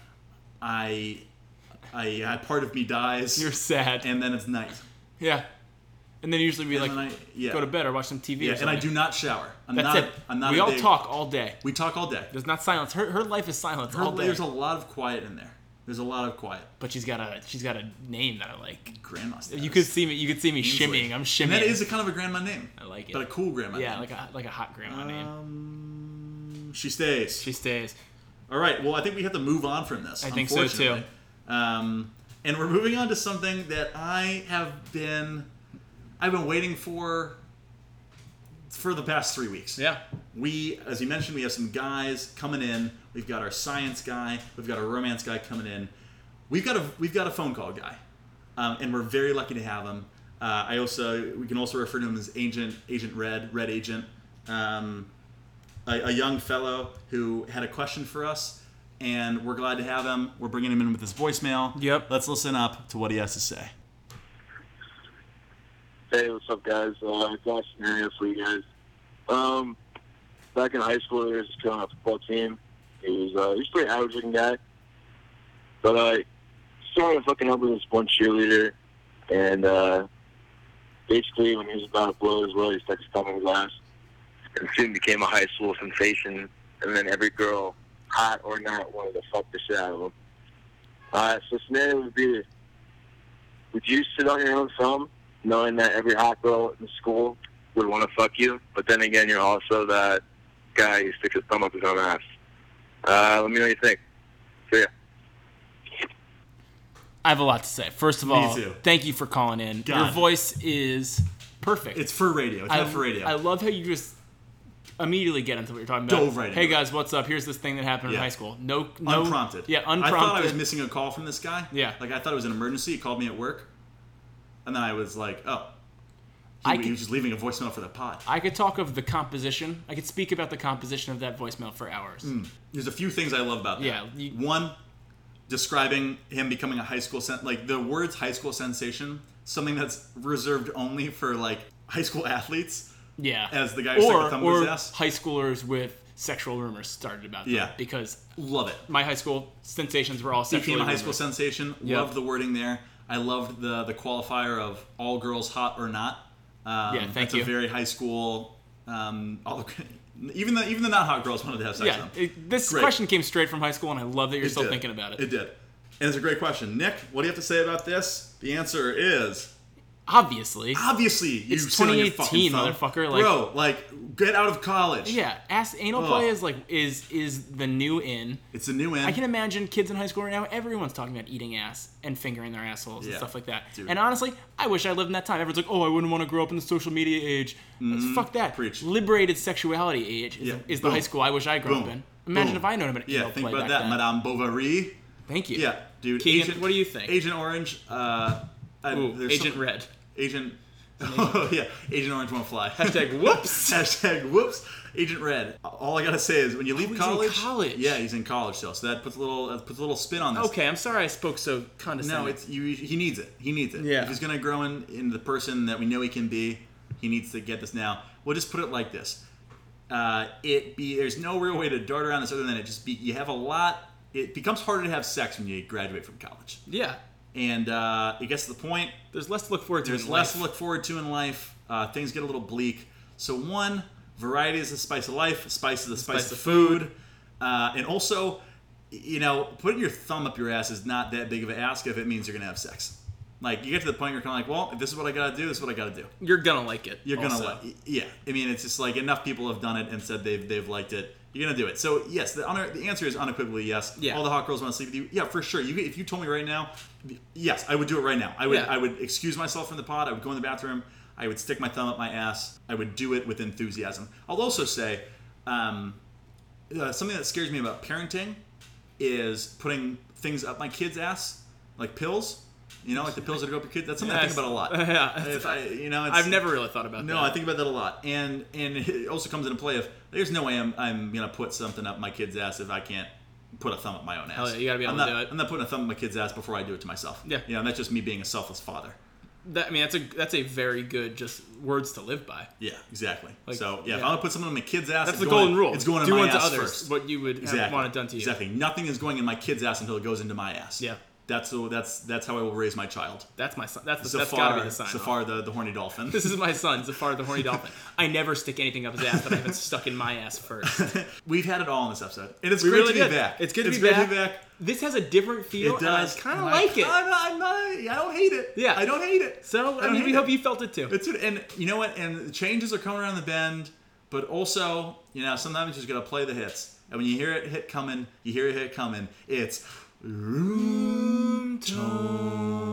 Speaker 1: I, I, I part of me dies,
Speaker 2: You're sad.
Speaker 1: and then it's night.
Speaker 2: yeah. And then usually we
Speaker 1: And
Speaker 2: like
Speaker 1: then I, yeah,
Speaker 2: go to bed or watch some TV. or
Speaker 1: yeah, and I
Speaker 2: something.
Speaker 1: do not shower. I'm
Speaker 2: That's
Speaker 1: not.
Speaker 2: it.
Speaker 1: I'm not.
Speaker 2: we
Speaker 1: a
Speaker 2: all
Speaker 1: big-
Speaker 2: talk all day.
Speaker 1: We talk all day.
Speaker 2: There's not silence. Her her life is silence all day.
Speaker 1: There's a lot of quiet in there. There's a lot of quiet.
Speaker 2: but she's got a she's got a name that I like.
Speaker 1: Grandma.
Speaker 2: You
Speaker 1: status.
Speaker 2: could see me. You could see me
Speaker 1: Easily.
Speaker 2: shimmying. I'm
Speaker 1: And
Speaker 2: shimmying.
Speaker 1: that is a kind of a grandma name.
Speaker 2: I like it.
Speaker 1: But a cool grandma.
Speaker 2: yeah,
Speaker 1: name.
Speaker 2: like a like a hot grandma
Speaker 1: Uh,
Speaker 2: name.
Speaker 1: Um, she stays.
Speaker 2: She stays.
Speaker 1: All right. Well, I think we have to move on from this.
Speaker 2: I think so, too.
Speaker 1: unfortunately. Um, and we're moving on to something that I have been, I've been waiting for, for the past three weeks.
Speaker 2: Yeah.
Speaker 1: We, as you mentioned, we have some guys coming in. We've got our science guy. We've got our romance guy coming in. We've got a we've got a phone call guy, um, and we're very lucky to have him. Uh, I also we can also refer to him as Agent Agent Red Red Agent, um, a, a young fellow who had a question for us, and we're glad to have him. We're bringing him in with his voicemail.
Speaker 2: Yep.
Speaker 1: Let's listen up to what he has to say.
Speaker 5: Hey, what's up, guys? Uh, it's Austin Arias for you guys. Um, back in high school, there was this guy on a football team. He was, uh, he was a pretty average-looking guy. But I started fucking up with this one cheerleader, and uh, basically when he was about to blow his load, he stuck his thumb in his ass. And soon became a high school sensation, and then every girl, hot or not, wanted to fuck the shit out of him. Uh, so scenario would be this. Would you sit on your own thumb knowing that every hot girl in school would want to fuck you. But then again, you're also that guy who sticks his thumb up his own ass. Uh, let me know what you think. See ya.
Speaker 2: I have a lot to say. First of all,
Speaker 1: too.
Speaker 2: thank you for calling in. Your
Speaker 1: God.
Speaker 2: voice is perfect.
Speaker 1: It's for radio. It's
Speaker 2: I,
Speaker 1: not for radio.
Speaker 2: I love how you just immediately get into what you're talking about.
Speaker 1: Dove right
Speaker 2: hey
Speaker 1: into it.
Speaker 2: guys, what's up? Here's this thing that happened
Speaker 1: Yeah.
Speaker 2: in high school. No, no
Speaker 1: unprompted.
Speaker 2: Oh, Yeah,
Speaker 1: I thought I was
Speaker 2: unprompted.
Speaker 1: missing a call from this guy.
Speaker 2: Yeah.
Speaker 1: Like I thought it was an emergency. He called me at work, and then I was like, "Oh,
Speaker 2: I
Speaker 1: He,
Speaker 2: could-
Speaker 1: he was just leaving a voicemail for the pod.
Speaker 2: I could talk of the composition. I could speak about the composition of that voicemail for hours.
Speaker 1: There's a few things I love about that.
Speaker 2: Yeah, you-
Speaker 1: One, describing him becoming a high school sen- like the words high school sensation, something that's reserved only for like high school athletes.
Speaker 2: Yeah.
Speaker 1: As the guy who stuck
Speaker 2: or,
Speaker 1: a thumb up
Speaker 2: or
Speaker 1: his ass?
Speaker 2: high schoolers with sexual rumors started about them.
Speaker 1: Yeah.
Speaker 2: Because
Speaker 1: Love it.
Speaker 2: my high school sensations were all sexual.
Speaker 1: Became a high school sensation.
Speaker 2: Yep.
Speaker 1: Loved the wording there. I loved the the qualifier of all girls hot or not. Um,
Speaker 2: Yeah, thank
Speaker 1: that's
Speaker 2: you.
Speaker 1: a very high school. Um, all even the even the not hot girls wanted to have sex.
Speaker 2: Yeah.
Speaker 1: with him.
Speaker 2: it- this
Speaker 1: Great.
Speaker 2: question came straight from high school, and I love that you're
Speaker 1: It
Speaker 2: still
Speaker 1: did.
Speaker 2: thinking about it.
Speaker 1: It did. And it's a great question, Nick. What do you have to say about this? The answer is
Speaker 2: Obviously.
Speaker 1: obviously you
Speaker 2: It's
Speaker 1: sit on your fucking
Speaker 2: 2018,
Speaker 1: phone.
Speaker 2: motherfucker, like-
Speaker 1: bro, like get out of college.
Speaker 2: Yeah. Ass anal
Speaker 1: Ugh.
Speaker 2: play is like is is the new in.
Speaker 1: it's a new end.
Speaker 2: I can imagine kids in high school right now. Everyone's talking about eating ass and fingering their assholes
Speaker 1: Yeah.
Speaker 2: and stuff like that.
Speaker 1: Dude.
Speaker 2: And honestly, I wish I lived in that time. Everyone's like, "Oh, I wouldn't want to grow up in the social media age." Fuck that.
Speaker 1: preach.
Speaker 2: Liberated sexuality age is,
Speaker 1: Yeah,
Speaker 2: is the
Speaker 1: boom.
Speaker 2: high school I wish I grew up
Speaker 1: Boom.
Speaker 2: in. Imagine
Speaker 1: Boom.
Speaker 2: if I known about
Speaker 1: yeah,
Speaker 2: anal
Speaker 1: think
Speaker 2: play
Speaker 1: about
Speaker 2: back
Speaker 1: that,
Speaker 2: then.
Speaker 1: Madame Bovary.
Speaker 2: Thank you.
Speaker 1: Yeah, dude.
Speaker 2: Keegan,
Speaker 1: Agent,
Speaker 2: what do you think?
Speaker 1: Agent Orange. Uh, I-
Speaker 2: Ooh,
Speaker 1: there's
Speaker 2: Agent
Speaker 1: some-
Speaker 2: Red.
Speaker 1: Agent. Oh yeah, Agent Orange won't fly.
Speaker 2: Hashtag whoops.
Speaker 1: Hashtag whoops. Agent Red. All I gotta say is when you leave
Speaker 2: Oh, he's in
Speaker 1: college.
Speaker 2: college.
Speaker 1: Yeah, he's in college still, so that puts a little that puts a little spin on this.
Speaker 2: okay, I'm sorry I spoke so
Speaker 1: No,
Speaker 2: condescending.
Speaker 1: it's you. He needs it. He needs it.
Speaker 2: Yeah.
Speaker 1: If he's gonna grow in, into the person that we know he can be, he needs to get this now. We'll just put it like this: uh, it be there's no real way to dart around this other than it just be you have a lot. It becomes harder to have sex when you graduate from college,
Speaker 2: yeah.
Speaker 1: and uh, it gets to the point.
Speaker 2: There's less to look forward to.
Speaker 1: There's
Speaker 2: in
Speaker 1: less to
Speaker 2: life.
Speaker 1: look forward to in life. Uh, things get a little bleak. So one, variety is the spice of life. Spice is the spice, of
Speaker 2: of
Speaker 1: food. Uh, and also, y- you know, putting your thumb up your ass is not that big of an ask if it means you're gonna have sex. Like you get to the point where you're kind of like, well, if this is what I gotta do, this is what I gotta do.
Speaker 2: You're gonna like it.
Speaker 1: You're gonna
Speaker 2: also.
Speaker 1: like, yeah. I mean, it's just like enough people have done it and said they've they've liked it. You're gonna do it. So yes, the honor, the answer is unequivocally yes.
Speaker 2: Yeah.
Speaker 1: All the hot girls want to sleep with you. Yeah, for sure. You if you told me right now, yes, I would do it right now. I would
Speaker 2: Yeah.
Speaker 1: I would excuse myself from the pod. I would go in the bathroom. I would stick my thumb up my ass. I would do it with enthusiasm. I'll also say, um, uh, something that scares me about parenting is putting things up my kid's ass, like pills. You know, like the pills that go up your kid. That's something I
Speaker 2: Yes.
Speaker 1: think about a lot.
Speaker 2: Yeah.
Speaker 1: If I, you know, it's,
Speaker 2: I've never really thought about
Speaker 1: no,
Speaker 2: that.
Speaker 1: I think about that a lot, and and it also comes into play if there's no way I'm I'm gonna put something up my kid's ass if I can't put a thumb up my own ass.
Speaker 2: yeah, you gotta be able
Speaker 1: I'm
Speaker 2: to
Speaker 1: not,
Speaker 2: do it.
Speaker 1: I'm not putting a thumb up my kid's ass before I do it to myself.
Speaker 2: Yeah.
Speaker 1: you know that's just me being a selfless father.
Speaker 2: That, I mean, that's a that's a very good just words to live by.
Speaker 1: Yeah, exactly.
Speaker 2: Like,
Speaker 1: so yeah, if
Speaker 2: yeah.
Speaker 1: I'm gonna put something on my kid's ass,
Speaker 2: That's
Speaker 1: it's
Speaker 2: the
Speaker 1: going-
Speaker 2: golden rule.
Speaker 1: It's going in
Speaker 2: do
Speaker 1: my
Speaker 2: unto
Speaker 1: ass
Speaker 2: others
Speaker 1: first.
Speaker 2: what you would have want it done to you.
Speaker 1: Exactly. Nothing is going in my kid's ass until it goes into my ass.
Speaker 2: Yeah.
Speaker 1: That's the, that's that's how I will raise my child.
Speaker 2: That's my son. That's the, that's
Speaker 1: Zafar,
Speaker 2: gotta be the sign. off.
Speaker 1: Zafar the, the horny dolphin.
Speaker 2: This is my son, Zafar the horny dolphin. I never stick anything up his ass that I haven't stuck in my ass first.
Speaker 1: We've had it all in this episode, and it's
Speaker 2: We
Speaker 1: great
Speaker 2: really
Speaker 1: to
Speaker 2: did.
Speaker 1: be back.
Speaker 2: It's good to be
Speaker 1: great
Speaker 2: back.
Speaker 1: to be back.
Speaker 2: This has a different feel.
Speaker 1: It does.
Speaker 2: And I kind of
Speaker 1: I'm
Speaker 2: like it.
Speaker 1: I'm not, I'm not, I don't hate it.
Speaker 2: Yeah.
Speaker 1: I don't hate it.
Speaker 2: So I,
Speaker 1: don't
Speaker 2: mean, we
Speaker 1: hate
Speaker 2: hope
Speaker 1: it.
Speaker 2: you felt it too.
Speaker 1: It's and you know what? And the changes are coming around the bend, but also you know sometimes you just gotta play the hits. And when you hear it hit coming, you hear it hit coming. It's room tone.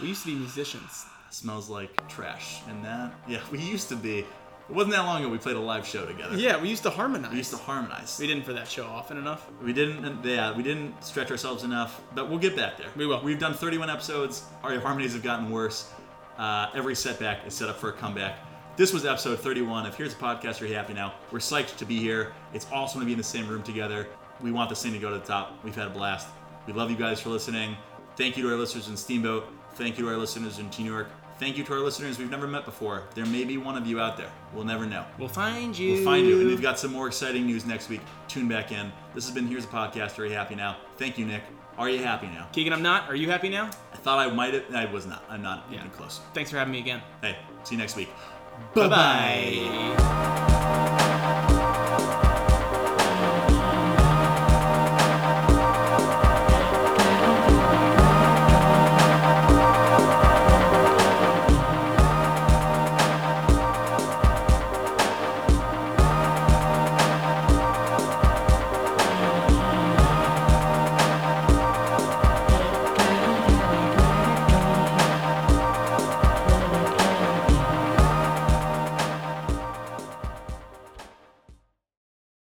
Speaker 2: We used to be musicians.
Speaker 1: Smells like trash, and that yeah, we used to be. It wasn't that long ago we played a live show together.
Speaker 2: Yeah, we used to harmonize.
Speaker 1: We used to harmonize.
Speaker 2: We didn't for that show often enough.
Speaker 1: We didn't, yeah, we didn't stretch ourselves enough, but we'll get back there.
Speaker 2: We will.
Speaker 1: We've done 31 episodes. Our harmonies have gotten worse. Uh, every setback is set up for a comeback. This was episode 31 If Here's a Podcast You're Happy Now. We're psyched to be here. It's awesome to be in the same room together. We want this thing to go to the top. We've had a blast. We love you guys for listening. Thank you to our listeners in Steamboat. Thank you to our listeners in New York. Thank you to our listeners we've never met before. There may be one of you out there. We'll never know.
Speaker 2: We'll find you.
Speaker 1: We'll find you. And we've got some more exciting news next week. Tune back in. This has been Here's a Podcast. Are you happy now? Thank you, Nick. Are you happy now?
Speaker 2: Keegan, I'm not. Are you happy now?
Speaker 1: I thought I might have. I was not. I'm not
Speaker 2: Yeah.
Speaker 1: even close.
Speaker 2: Thanks for having me again.
Speaker 1: Hey, see you next week.
Speaker 2: Bye.